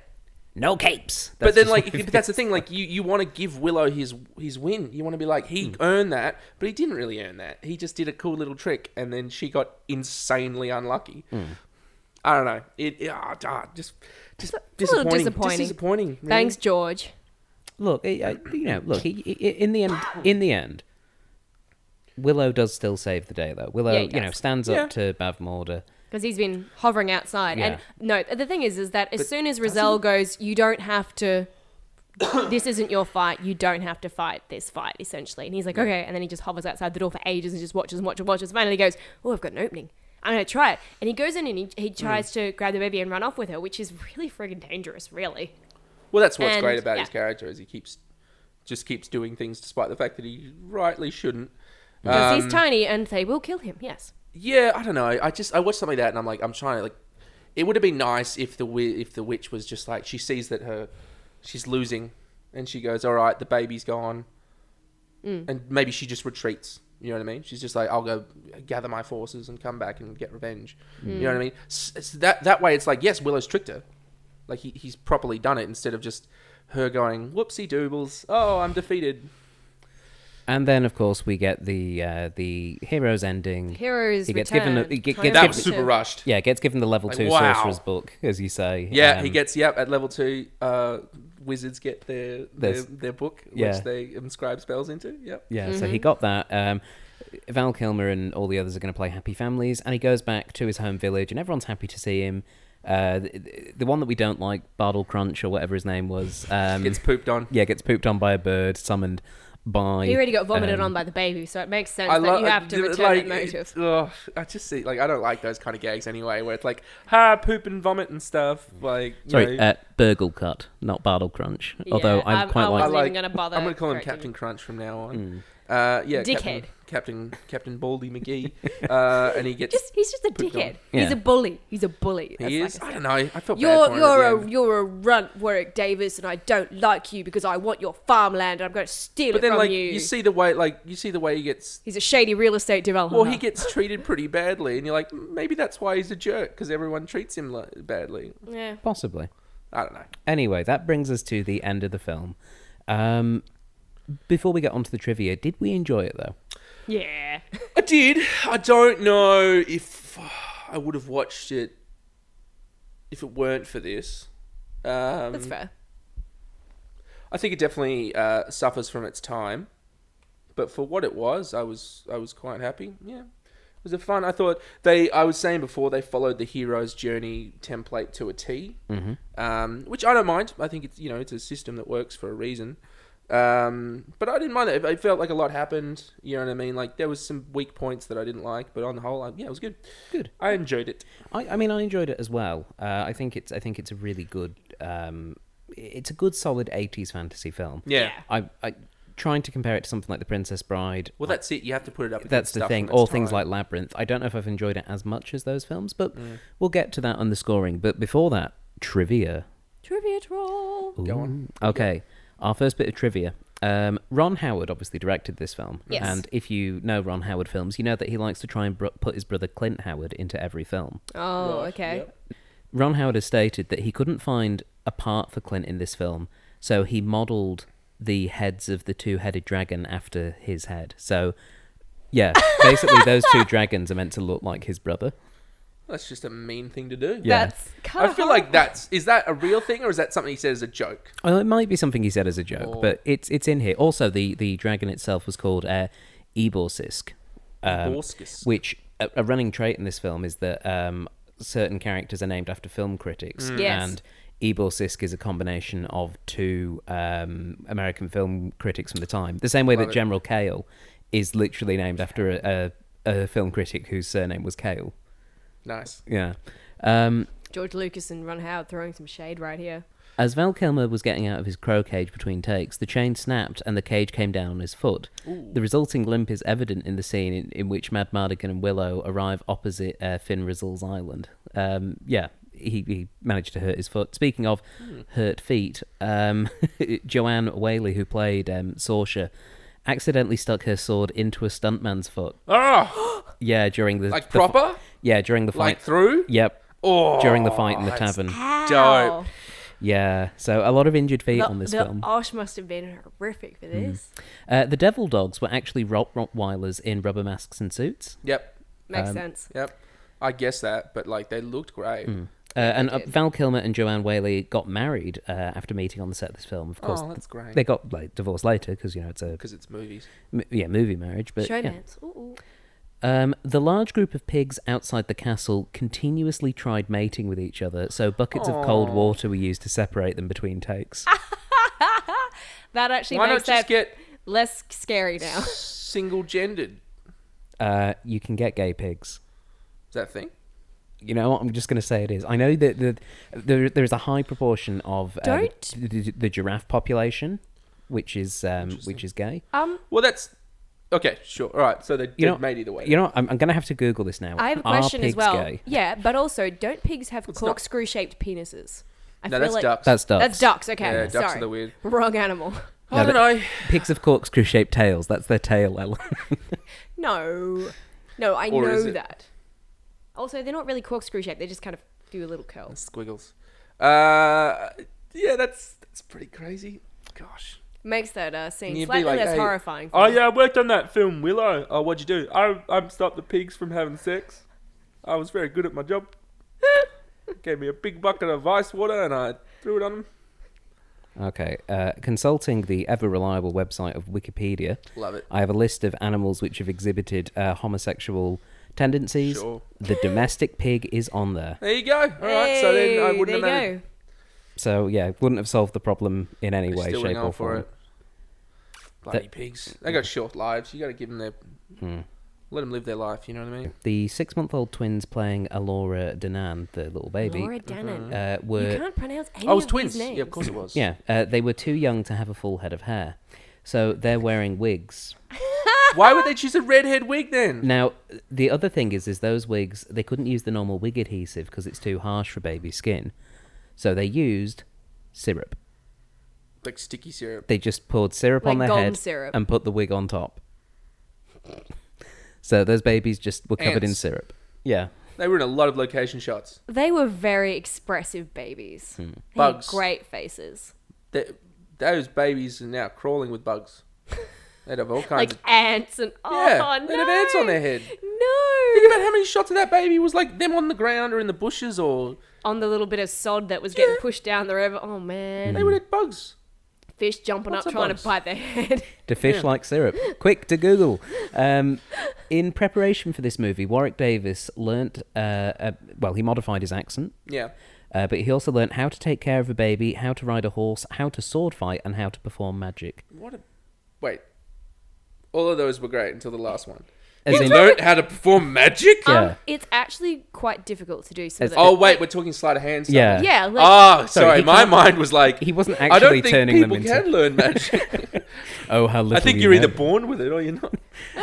A: no capes. That's
B: but then
A: just
B: like
A: what
B: if you-
A: it
B: but that's
A: is.
B: the thing like you, you want to give willow his his win you want to be like he
A: Hmm.
B: earned that but he didn't really earn that he just did a cool little trick and then she got insanely unlucky
A: Hmm.
B: i don't know it, it ah, ah, just just
C: It's a
B: disappointing
C: little
B: disappointing, just
C: disappointing.
B: disappointing really.
C: Thanks, George.
A: look, it, uh, you know, look. He, he- in the end, in the end, Willow does still save the day, though. Willow,
C: Yeah, he
A: you know,
C: does.
A: stands up to Bav Morda.
C: Because he's been hovering outside. And no, the thing is, is that as soon as Rizal goes, you don't have to. this isn't your fight. You don't have to fight this fight, essentially. And he's like, okay. And then he just hovers outside the door for ages and just watches and watches and watches. Finally, he goes, oh, I've got an opening. I'm gonna try it. And he goes in and he, he
B: Hmm.
C: tries to grab the baby and run off with her, which is really friggin' dangerous, really.
B: well that's what's great
C: And,
B: about his
C: yeah.
B: character is he keeps just keeps doing things despite the fact that he rightly shouldn't
C: Because
B: Um,
C: he's tiny and they will kill him. Yes.
B: Yeah, I don't know. I just I watched something like that and I'm like I'm trying to like it would have been nice if the wi- if the witch was just like she sees that her she's losing and she goes, "All right, the baby's gone." And maybe she just retreats. You know what I mean? She's just like, "I'll go gather my forces and come back and get revenge." You know what I mean? S s- that that way it's like, yes, Willow's tricked her. Like he, he's properly done it instead of just her going, "Whoopsie doobles. Oh, I'm defeated."
A: And then, of course, we get the uh, the hero's ending.
C: Heroes
A: He gets
C: return.
A: given. A, he ge- gets
C: Time
B: That was
A: given-
C: to-
B: super rushed.
A: yeah, gets given the level
B: Like,
A: two
B: wow.
A: sorcerer's book, as you say.
B: Yeah, he
A: Um,
B: gets yep at level two. Uh, wizards get their their,
A: There's-
B: their book,
A: yeah.
B: which they inscribe spells into. Yep.
A: Yeah, so
C: Mm-hmm.
A: he got that. Um, Val Kilmer and all the others are going to play Happy Families, and he goes back to his home village, and everyone's happy to see him. Uh, the, the one that we don't like, Bartle Crunch or whatever his name was, um,
B: Gets pooped on.
A: yeah, gets pooped on by a bird, summoned by.
C: He already got vomited
A: um,
C: on by the baby, so it makes sense
B: I
C: that
B: love
C: you have to
B: like,
C: return that motive.
B: it- ugh, I just see like I don't like those kind of gags anyway, where it's like ha poop and vomit and stuff. Like you
A: Mm. Sorry,
B: know,
A: uh, Burgle Cut, not Bartle Crunch. Although
C: Yeah,
A: I'm
C: I'm-
A: quite
C: I
B: I
A: like.
C: wasn't
B: like
C: even gonna bother
B: I'm gonna call him
C: correcting
B: Captain
C: you.
B: Crunch from now
A: Mm.
B: on. Uh, yeah,
C: Dickhead.
B: Captain Captain, Captain Baldy McGee, uh, and he gets
C: just he's just a
B: Put it on.
C: dickhead.
A: Yeah.
C: He's a bully. He's a bully. That's
B: he
C: like
B: is. I
C: I said.
B: don't know. I felt bad for him.
C: You're
B: at the
C: you're a
B: end.
C: you're a runt, Warwick Davis, and I don't like you because I want your farmland and I'm going to steal
B: but
C: it
B: then
C: from
B: like
C: you.
B: you see the way like you see the way he gets
C: He's a shady real estate developer.
B: Well, he gets treated pretty badly, and you're like, "Mm, maybe that's why he's a jerk because everyone treats him li- badly.
C: yeah.
A: Possibly.
B: I don't know.
A: Anyway, that brings us to the end of the film. Um, before we get onto the trivia, did we enjoy it though?
C: yeah.
B: I did. I don't know if I would have watched it if it weren't for this. Um,
C: That's fair.
B: I think it definitely uh, suffers from its time, but for what it was, I was I was quite happy. Yeah, it was a fun. I thought they. I was saying before they followed the hero's journey template to a T,
A: Mm-hmm.
B: um, which I don't mind. I think it's you know it's a system that works for a reason. Um, but I didn't mind it. It felt like a lot happened. You know what I mean? Like there was some weak points that I didn't like, but on the whole, I, yeah, it was good.
A: Good.
B: I enjoyed it.
A: I, I mean, I enjoyed it as well. Uh, I think it's I think it's a really good. Um, it's a good solid '80s fantasy film.
B: Yeah.
C: Yeah.
A: I, I trying to compare it to something like The Princess Bride.
B: Well, that's it. You have to put it up. against
A: that's the
B: stuff
A: thing.
B: from its
A: Or things
B: time.
A: like Labyrinth. I don't know if I've enjoyed it as much as those films, but we'll get to that on the scoring. But before that, trivia.
C: Trivia troll.
A: Go on. Okay. Our first bit of trivia. Um, Ron Howard obviously directed this film.
C: Yes.
A: And if you know Ron Howard films, you know that he likes to try and br- put his brother Clint Howard into every film.
C: Oh,
B: Right,
C: okay.
B: yep.
A: Ron Howard has stated that he couldn't find a part for Clint in this film, so he modelled the heads of the two headed dragon after his head. So, yeah, basically, those two dragons are meant to look like his brother.
B: That's just a mean thing to do.
A: Yeah.
C: That's kind
B: I
C: of
B: feel like that's is that a real thing or is that something he said as a joke?
A: Oh, it might be something he said as a joke,
B: Or-
A: but it's it's in here. Also, the, the dragon itself was called uh, Eborsisk, um,
B: Borskis.
A: which a, a running trait in this film is that um, certain characters are named after film critics,
C: Yes.
A: and Ebor Sisk is a combination of two um, American film critics from the time. The same way
B: Love
A: that
B: it.
A: General Kale is literally named after a, a, a film critic whose surname was Kale.
B: nice.
A: Yeah. Um,
C: George Lucas and Ron Howard throwing some shade right here.
A: as Val Kilmer was getting out of his crow cage between takes, the chain snapped and the cage came down on his foot. The resulting limp is evident in the scene in, in which Mad Mardigan and Willow arrive opposite uh, Finn Rizzle's island. Um, yeah, he, he managed to hurt his foot. Speaking of
B: Hmm.
A: hurt feet, um, Joanne Whaley, who played um, Sorsha, accidentally stuck her sword into a stuntman's foot.
B: Oh,
A: Yeah, during the
B: like
A: the fi-
B: proper,
A: yeah, during the fight.
B: like through.
A: yep,
B: Oh,
A: during the fight in the
B: that's
A: tavern.
B: Dope.
A: Yeah, so a lot of injured feet
C: The,
A: on this
C: the
A: film. Mm.
C: Osh must have been horrific for this.
A: Uh, the devil dogs were actually Rot- Rottweilers in rubber masks and suits.
B: Yep,
C: Makes
A: Um,
C: sense.
B: yep. I guess that, but like they looked great.
A: Uh, and uh, Val Kilmer and Joanne Whaley got married uh, after meeting on the set of this film. Of course,
B: Oh, that's great.
A: they got like divorced later because you know it's a
B: Because it's movies.
A: m- yeah movie marriage. But yeah.
C: Showmance. Ooh, ooh.
A: Um, the large group of pigs outside the castle continuously tried mating with each other, so buckets of cold water were used to separate them between takes.
C: That actually
B: Why not
C: makes that
B: just get
C: less scary now.
B: single gendered?
A: uh, you can get gay pigs.
B: Is that a thing?
A: You know what? I'm just going to say it is. I know that the, there there is a high proportion of uh, the-
C: Don't.
A: the, the, the giraffe population, which is um, which is gay.
C: Um,
B: Well, that's okay. Sure. All right. So they
A: You
B: you
A: know,
B: made either way.
A: You know, what? I'm, I'm going to have to Google this now.
C: I have a
A: Are
C: question as
A: pigs
C: well.
A: gay?
C: Yeah, but also, don't pigs have
B: not-
C: corkscrew shaped penises? I
B: no, that's ducks.
A: That's ducks.
C: That's ducks. Okay,
B: Yeah, ducks are
C: sorry.
B: the weird-
C: Wrong animal.
B: I
A: No,
B: don't
A: but-
B: know.
A: Pigs have corkscrew shaped tails. That's their tail. Ellen.
C: No, no, I
B: Or
C: know
B: is it?
C: that. Also, they're not really corkscrew shaped. They just kind of do a little curl.
B: Squiggles. Uh, yeah, that's that's pretty crazy. Gosh.
C: Makes that uh, scene
B: And you'd be
C: slightly
B: like,
C: less
B: "Hey,
C: horrifying. for
B: Oh
C: me.
B: yeah, I worked on that film Willow. Oh, what'd you do? I I stopped the pigs from having sex. I was very good at my job. Gave me a big bucket of ice water and I threw it on them.
A: okay. Uh, consulting the ever reliable website of Wikipedia,
B: Love it.
A: I have a list of animals which have exhibited uh, homosexual tendencies.
B: Sure.
A: The domestic pig is on there.
B: There you go. All right. so then I
C: Hey,
B: wouldn't
C: there you
B: have
C: go.
A: So yeah, wouldn't have solved the problem in any way,
B: Still
A: shape,
B: went on
A: or
B: for
A: form.
B: it. Bloody pigs. They got short lives. You got to give them their. Let them live their life. You know what I mean?
A: The six-month-old twins playing Alora Danan, the little baby,
D: Laura Dannon.
A: uh,
D: You
A: were
D: can't pronounce any
B: Mm-hmm. Oh, it was
D: of
B: twins.
D: these names.
B: Yeah, of course it was.
A: yeah, uh, they were too young to have a full head of hair, so they're wearing wigs.
B: Why would they choose a redhead wig then?
A: Now, the other thing is, is those wigs they couldn't use the normal wig adhesive because it's too harsh for baby skin, so they used syrup.
B: Like sticky syrup.
A: They just poured syrup on
C: Like
A: their
C: golden
A: head
C: syrup.
A: and put the wig on top. So those babies just were covered in
B: Ants.
A: syrup. Yeah.
B: They were in a lot of location shots.
C: They were very expressive
A: Hmm.
C: babies. They had
B: Bugs.
C: great faces.
B: Th those babies are now crawling with bugs. They'd have all kinds
C: Like
B: of
C: ants and oh
B: yeah,
C: no,
B: they'd have ants on their head. Think
C: No,
B: about how many shots of that baby was like them on the ground or in the bushes or
C: on the little bit of sod that was getting
B: Yeah.
A: Hmm.
C: pushed down the river. Oh man,
B: they would have bugs.
C: Fish jumping
B: What's
C: up
B: a
C: trying
B: buzz?
C: to bite their head.
A: to fish like syrup. Quick to Google. Um, in preparation for this movie, Warwick Davis learnt, uh, uh, well, he modified his accent,
B: Yeah.
A: uh, but he also learnt how to take care of a baby, how to ride a horse, how to sword fight, and how to perform magic.
B: What a wait. All of those were great until the last one.
A: As
B: he
A: in-
B: learned how to perform magic.
A: Yeah.
C: Um, it's actually quite difficult to do. Some of
A: It's-
C: those.
B: Oh wait, we're talking sleight of hand. Stuff.
A: Yeah.
C: yeah, like,
B: Oh,
A: Sorry,
B: sorry.
A: he
B: My
A: can't-
B: mind was like
A: He wasn't
B: I don't
A: actually
B: think
A: turning them
B: people
A: into.
B: can learn magic.
A: Oh, how little!
B: I think
A: you
B: you're
A: know.
B: either born with it or you're not.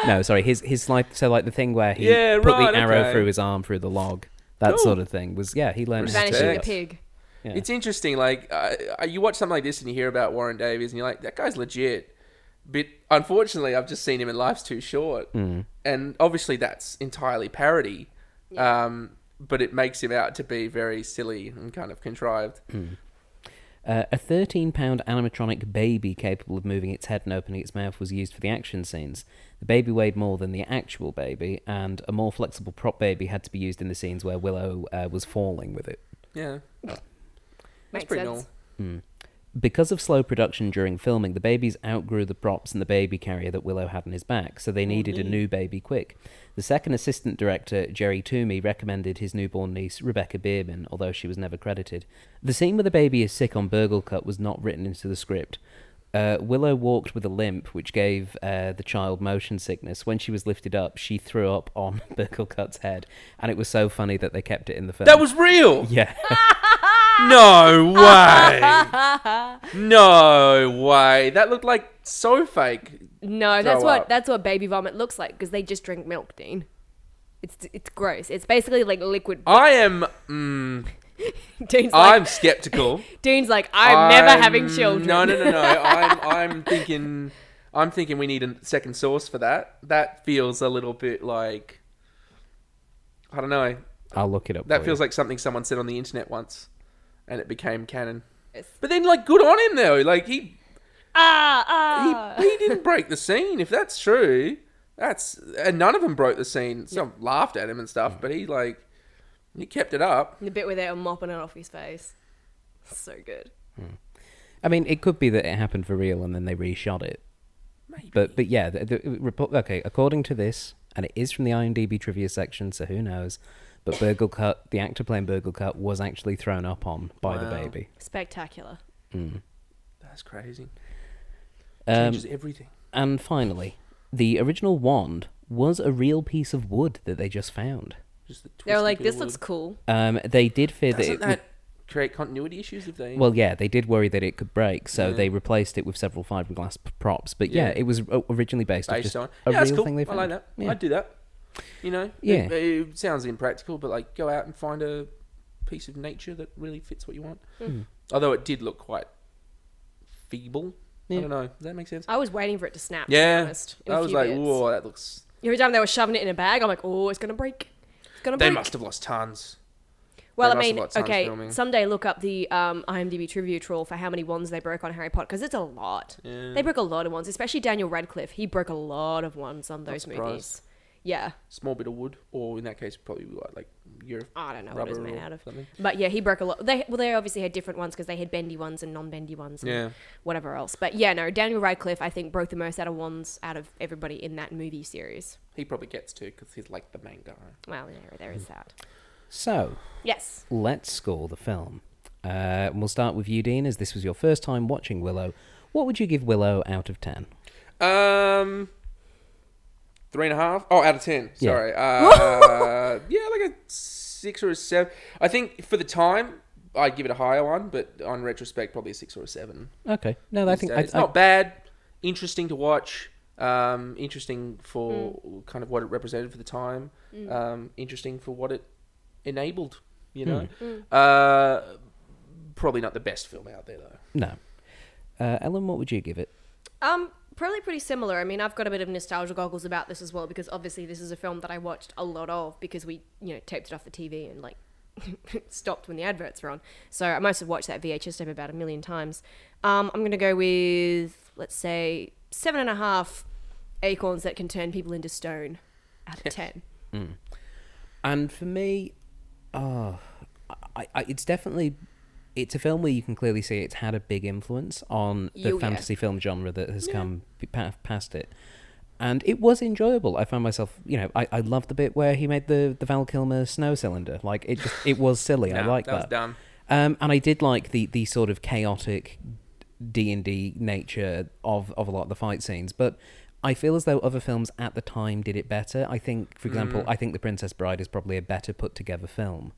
A: No, sorry. His his slide. So like the thing where he
B: Yeah,
A: put
B: right,
A: the arrow
B: okay.
A: through his arm through the log. That
B: Cool.
A: sort of thing was yeah. He learned how to
C: vanishing
A: do
C: the
B: Respect.
A: that.
C: pig.
A: Yeah.
B: It's interesting. Like uh, uh, you watch something like this and you hear about Warren Davies and you're like, that guy's legit. But unfortunately, I've just seen him in Life's Too Short, and obviously that's entirely parody. Um, but it makes him out to be very silly and kind of contrived.
A: Uh, a 13 pound animatronic baby capable of moving its head and opening its mouth was used for the action scenes. The baby weighed more than the actual baby, and a more flexible prop baby had to be used in the scenes where Willow uh, was falling with it.
B: Yeah, that's
C: Makes
B: pretty
C: sense.
B: normal.
A: Because of slow production during filming, the babies outgrew the props and the baby carrier that Willow had on his back,
B: Oh,
A: so they needed a new baby quick. The second assistant director, Jerry Toomey, recommended his newborn niece, Rebecca Bierman, although she was never credited. The scene where the baby is sick on Burgle Cut was not written into the script. Uh, Willow walked with a limp, which gave uh, the child motion sickness. When she was lifted up, she threw up on Burgle Cut's head, and it was so funny that they kept it in the film.
B: That was real.
A: yeah.
B: No way. no way. That looked like so fake.
C: No, that's
B: Throw
C: what
B: up.
C: that's what baby vomit looks like because they just drink milk, Dean. It's it's gross. It's basically like liquid.
B: I am. Mm,
C: Dean's like
B: I'm skeptical.
C: Dean's like I'm, never having children.
B: No, no, no, no. I'm, I'm thinking, I'm thinking we need a second source for that. That feels a little bit like, I don't know.
A: I'll look it up.
B: That
A: for you.
B: feels like something someone said on the internet once, and it became canon.
C: Yes.
B: But then, like, good on him though. Like he,
C: ah
B: he,
C: ah.
B: he didn't break the scene. If that's true, that's and none of them broke the scene. Some laughed at him and stuff,
A: Mm.
B: but he like, he kept it up.
C: the bit where they were mopping it off his face. So good.
A: I mean, it could be that it happened for real and then they reshot it.
B: Maybe.
A: But but yeah, the, the report. Okay, according to this, and it is from the IMDb trivia section, so who knows? But Burgle Cut, the actor playing Burgle Cut, was actually thrown up on by the
B: Wow.
A: baby.
C: Spectacular.
B: That's crazy.
A: Um,
B: Changes everything.
A: and finally, the original wand was a real piece of wood that they just found.
B: Just the
C: They were
B: twisty
C: like,
B: bit
C: this
B: of
C: looks
B: wood."
C: cool.
A: Um, they did fear that
B: Doesn't
A: it.
B: that
A: would-
B: create continuity issues if they?
A: well, yeah, they did worry that it could break, so they replaced it with several fiberglass p- props. But yeah,
B: Yeah.
A: it was o- originally based, off
B: based
A: just
B: on
A: a
B: yeah, that's
A: real
B: cool.
A: thing they
B: I
A: found.
B: like that.
A: Yeah.
B: I'd do that. You know,
A: Yeah.
B: it, it sounds impractical, but like go out and find a piece of nature that really fits what you want.
A: Hmm.
B: Although it did look quite feeble.
A: Yeah.
B: I don't know. Does that make sense?
C: I was waiting for it to snap. to be
B: yeah,
C: honest, in a
B: I was
C: few
B: like,
C: bits.
B: whoa, that looks.
C: Every time they were shoving it in a bag, I'm like, oh, it's gonna break. It's gonna
B: They
C: break.
B: must have lost tons.
C: Well,
B: They
C: I
B: must have
C: mean,
B: got tons
C: okay,
B: filming.
C: someday look up the um, IMDb trivia trawl for how many wands they broke on Harry Potter because it's a lot.
B: Yeah.
C: They broke a lot of wands, especially Daniel Radcliffe. He broke a lot of wands on those
B: surprised.
C: movies. Yeah,
B: Small bit of wood, or in that case, probably what, like Europe.
C: I don't know what it was
B: Rubber
C: made
B: or
C: out of,
B: something.
C: but yeah, he broke a lot. They well, they obviously had different ones because they had bendy ones and non-bendy ones and
B: Yeah.
C: whatever else. But yeah, no, Daniel Radcliffe I think broke the most out of wands out of everybody in that movie series.
B: He probably gets to because he's like the main guy.
C: Well, yeah, there is that.
A: So,
C: Yes,
A: let's score the film. Uh, and we'll start with you, Dean, as this was your first time watching Willow. What would you give Willow out of 10?
B: Um, three and a half. Oh, out of ten.
A: Yeah.
B: Sorry. Uh, yeah, like a six or a seven. I think for the time, I'd give it a higher one, but on retrospect, probably a six or a seven.
A: Okay. No, I think I,
B: it's
A: I,
B: not bad. Interesting to watch. Um, interesting for
A: Hmm.
B: kind of what it represented for the time. Um, interesting for what it enabled. You
A: Hmm.
B: know, uh, probably not the best film out there though.
A: no. Uh, Ellen, what would you give it?
C: Um, probably pretty similar. I mean, I've got a bit of nostalgia goggles about this as well because obviously this is a film that I watched a lot of because we, you know, taped it off the TV and like stopped when the adverts were on. So I must have watched that VHS tape about a million times. Um, I'm gonna go with let's say seven and a half acorns that can turn people into stone out of ten.
A: ah, And for me, oh, I, I, it's definitely. i- it's a film where you can clearly see it's had a big influence on the
C: Oh, yeah.
A: fantasy film genre that has come p- pa- past it. And it was enjoyable. I found myself, you know, I, I loved the bit where he made the, the Val Kilmer snow cylinder. Like it just, it was silly. I
B: Nah,
A: like
B: that was
A: that.
B: dumb.
A: Um, and I did like the the sort of chaotic D and D nature of of a lot of the fight scenes, but. I feel as though other films at the time did it better. I think, for
B: Mm.
A: example, I think The Princess Bride is probably a better put together film.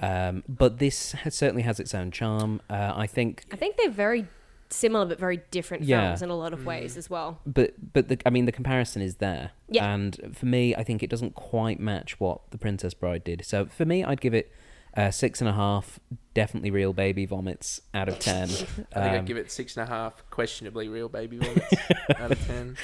A: Um, but this has, certainly has its own charm. Uh, I think
C: I think they're very similar but very different
A: Yeah.
C: films in a lot of ways as well.
A: but but the, I mean the comparison is there.
C: Yeah.
A: And for me, I think it doesn't quite match what the Princess Bride did. So for me, I'd give it uh, six and a half. Definitely real baby vomits out of ten.
B: I think
A: Um,
B: I'd give it six and a half questionably real baby vomits out of ten.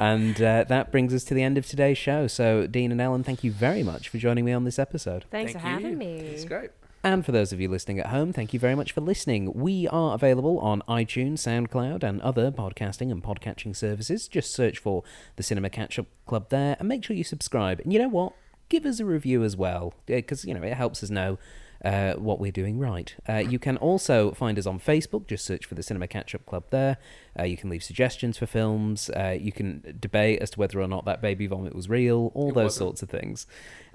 A: and uh, that brings us to the end of today's show. So Dean and Ellen, thank you very much for joining me on this episode.
C: Thanks
B: Thank
C: for having
B: you.
C: me.
B: It's great.
A: And for those of you listening at home, thank you very much for listening. We are available on iTunes, SoundCloud, and other podcasting and podcatching services. Just search for the Cinema Catch Up Club there and make sure you subscribe. And you know what? Give us a review as well, because, you know, it helps us know uh, what we're doing right. Uh, you can also find us on Facebook. Just search for the Cinema Catch Up Club there. Uh, you can leave suggestions for films. Uh, you can debate as to whether or not that baby vomit was real. All those
B: wasn't.
A: sorts of things.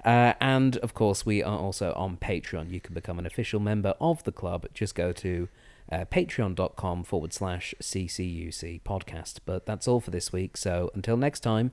A: Uh, and of course, we are also on Patreon. You can become an official member of the club. Just go to uh, patreon.com forward slash CCUC podcast. But that's all for this week. So until next time,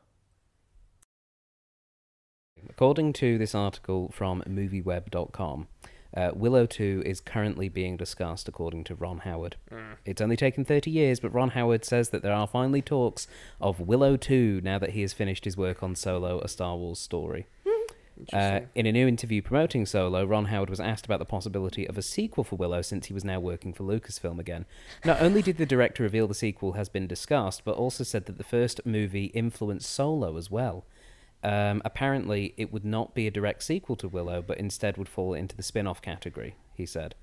A: According to this article from movieweb.com, uh, Willow 2 is currently being discussed, according to Ron Howard. It's only taken 30 years, but Ron Howard says that there are finally talks of Willow 2 now that he has finished his work on Solo, a Star Wars story. Uh, in a new interview promoting Solo, Ron Howard was asked about the possibility of a sequel for Willow since he was now working for Lucasfilm again. Not only did the director reveal the sequel has been discussed, but also said that the first movie influenced Solo as well. Um, apparently, it would not be a direct sequel to Willow, but instead would fall into the spin off category, he said.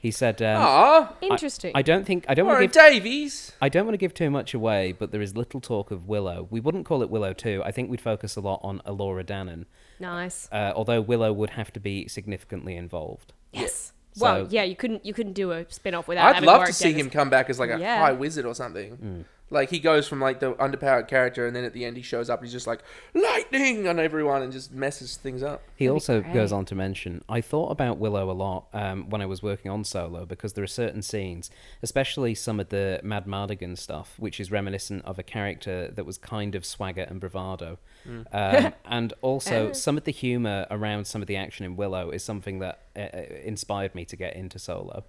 A: He said, um,
B: Ah,
A: I-
C: Interesting.
A: I, don't think I don't want to
B: Warren
A: give
B: Davies.
A: I don't want to give too much away, but there is little talk of Willow. We wouldn't call it Willow 2. I think we'd focus a lot on Alora Dannon,
C: nice.
A: uh, although Willow would have to be significantly involved.
C: Yes.
A: So-
C: well, yeah, you couldn't you couldn't do a spin off without.
B: I'd
C: having
B: love to
C: Warwick
B: see
C: Davis.
B: him come back as like a
C: Yeah.
B: high wizard or something.
A: Hmm.
B: Like he goes from like the underpowered character, and then at the end he shows up. and He's just like lightning on everyone and just messes things up.
A: He also
C: great.
A: goes on to mention, I thought about Willow a lot um, when I was working on Solo because there are certain scenes, especially some of the Mad Mardigan stuff, which is reminiscent of a character that was kind of swagger and bravado. Um, and also, some of the humour around some of the action in Willow is something that uh, uh, inspired me to get into Solo.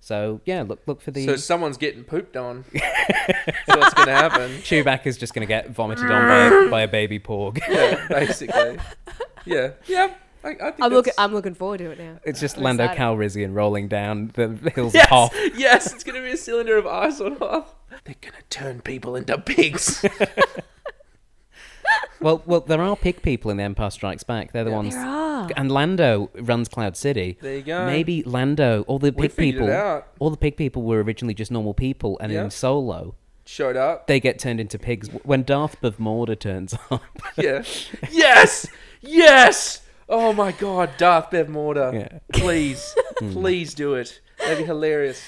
A: So, yeah, look look for the.
B: So someone's getting pooped on. That's what's gonna happen.
A: Chewbacca's just going to get vomited on by, a- by a baby porg.
B: Yeah, basically. Yeah, yeah. I, I think
C: I'm
B: that's-
C: looking. I'm looking forward to it now.
A: It's just
C: I'm
A: Lando
C: excited.
A: Calrissian rolling down the hills
B: Yes,
A: of Hoth.
B: yes. It's gonna be a cylinder of ice on off. They're gonna turn people into pigs.
A: Well, well, there are pig people in The Empire Strikes Back. They're the ones.
C: There are.
A: And Lando runs Cloud City.
B: There you go.
A: Maybe Lando, all the
B: We
A: pig
B: figured it
A: people,
B: out.
A: all the pig people were originally just normal people, and
B: Yeah.
A: in Solo,
B: Showed up.
A: they get turned into pigs. When Darth of Mordor turns up,
B: Yeah. Yes. Yes. Oh my God, Darth Bev Mortar.
A: Yeah. Hmm.
B: Please, please do it. That'd be hilarious.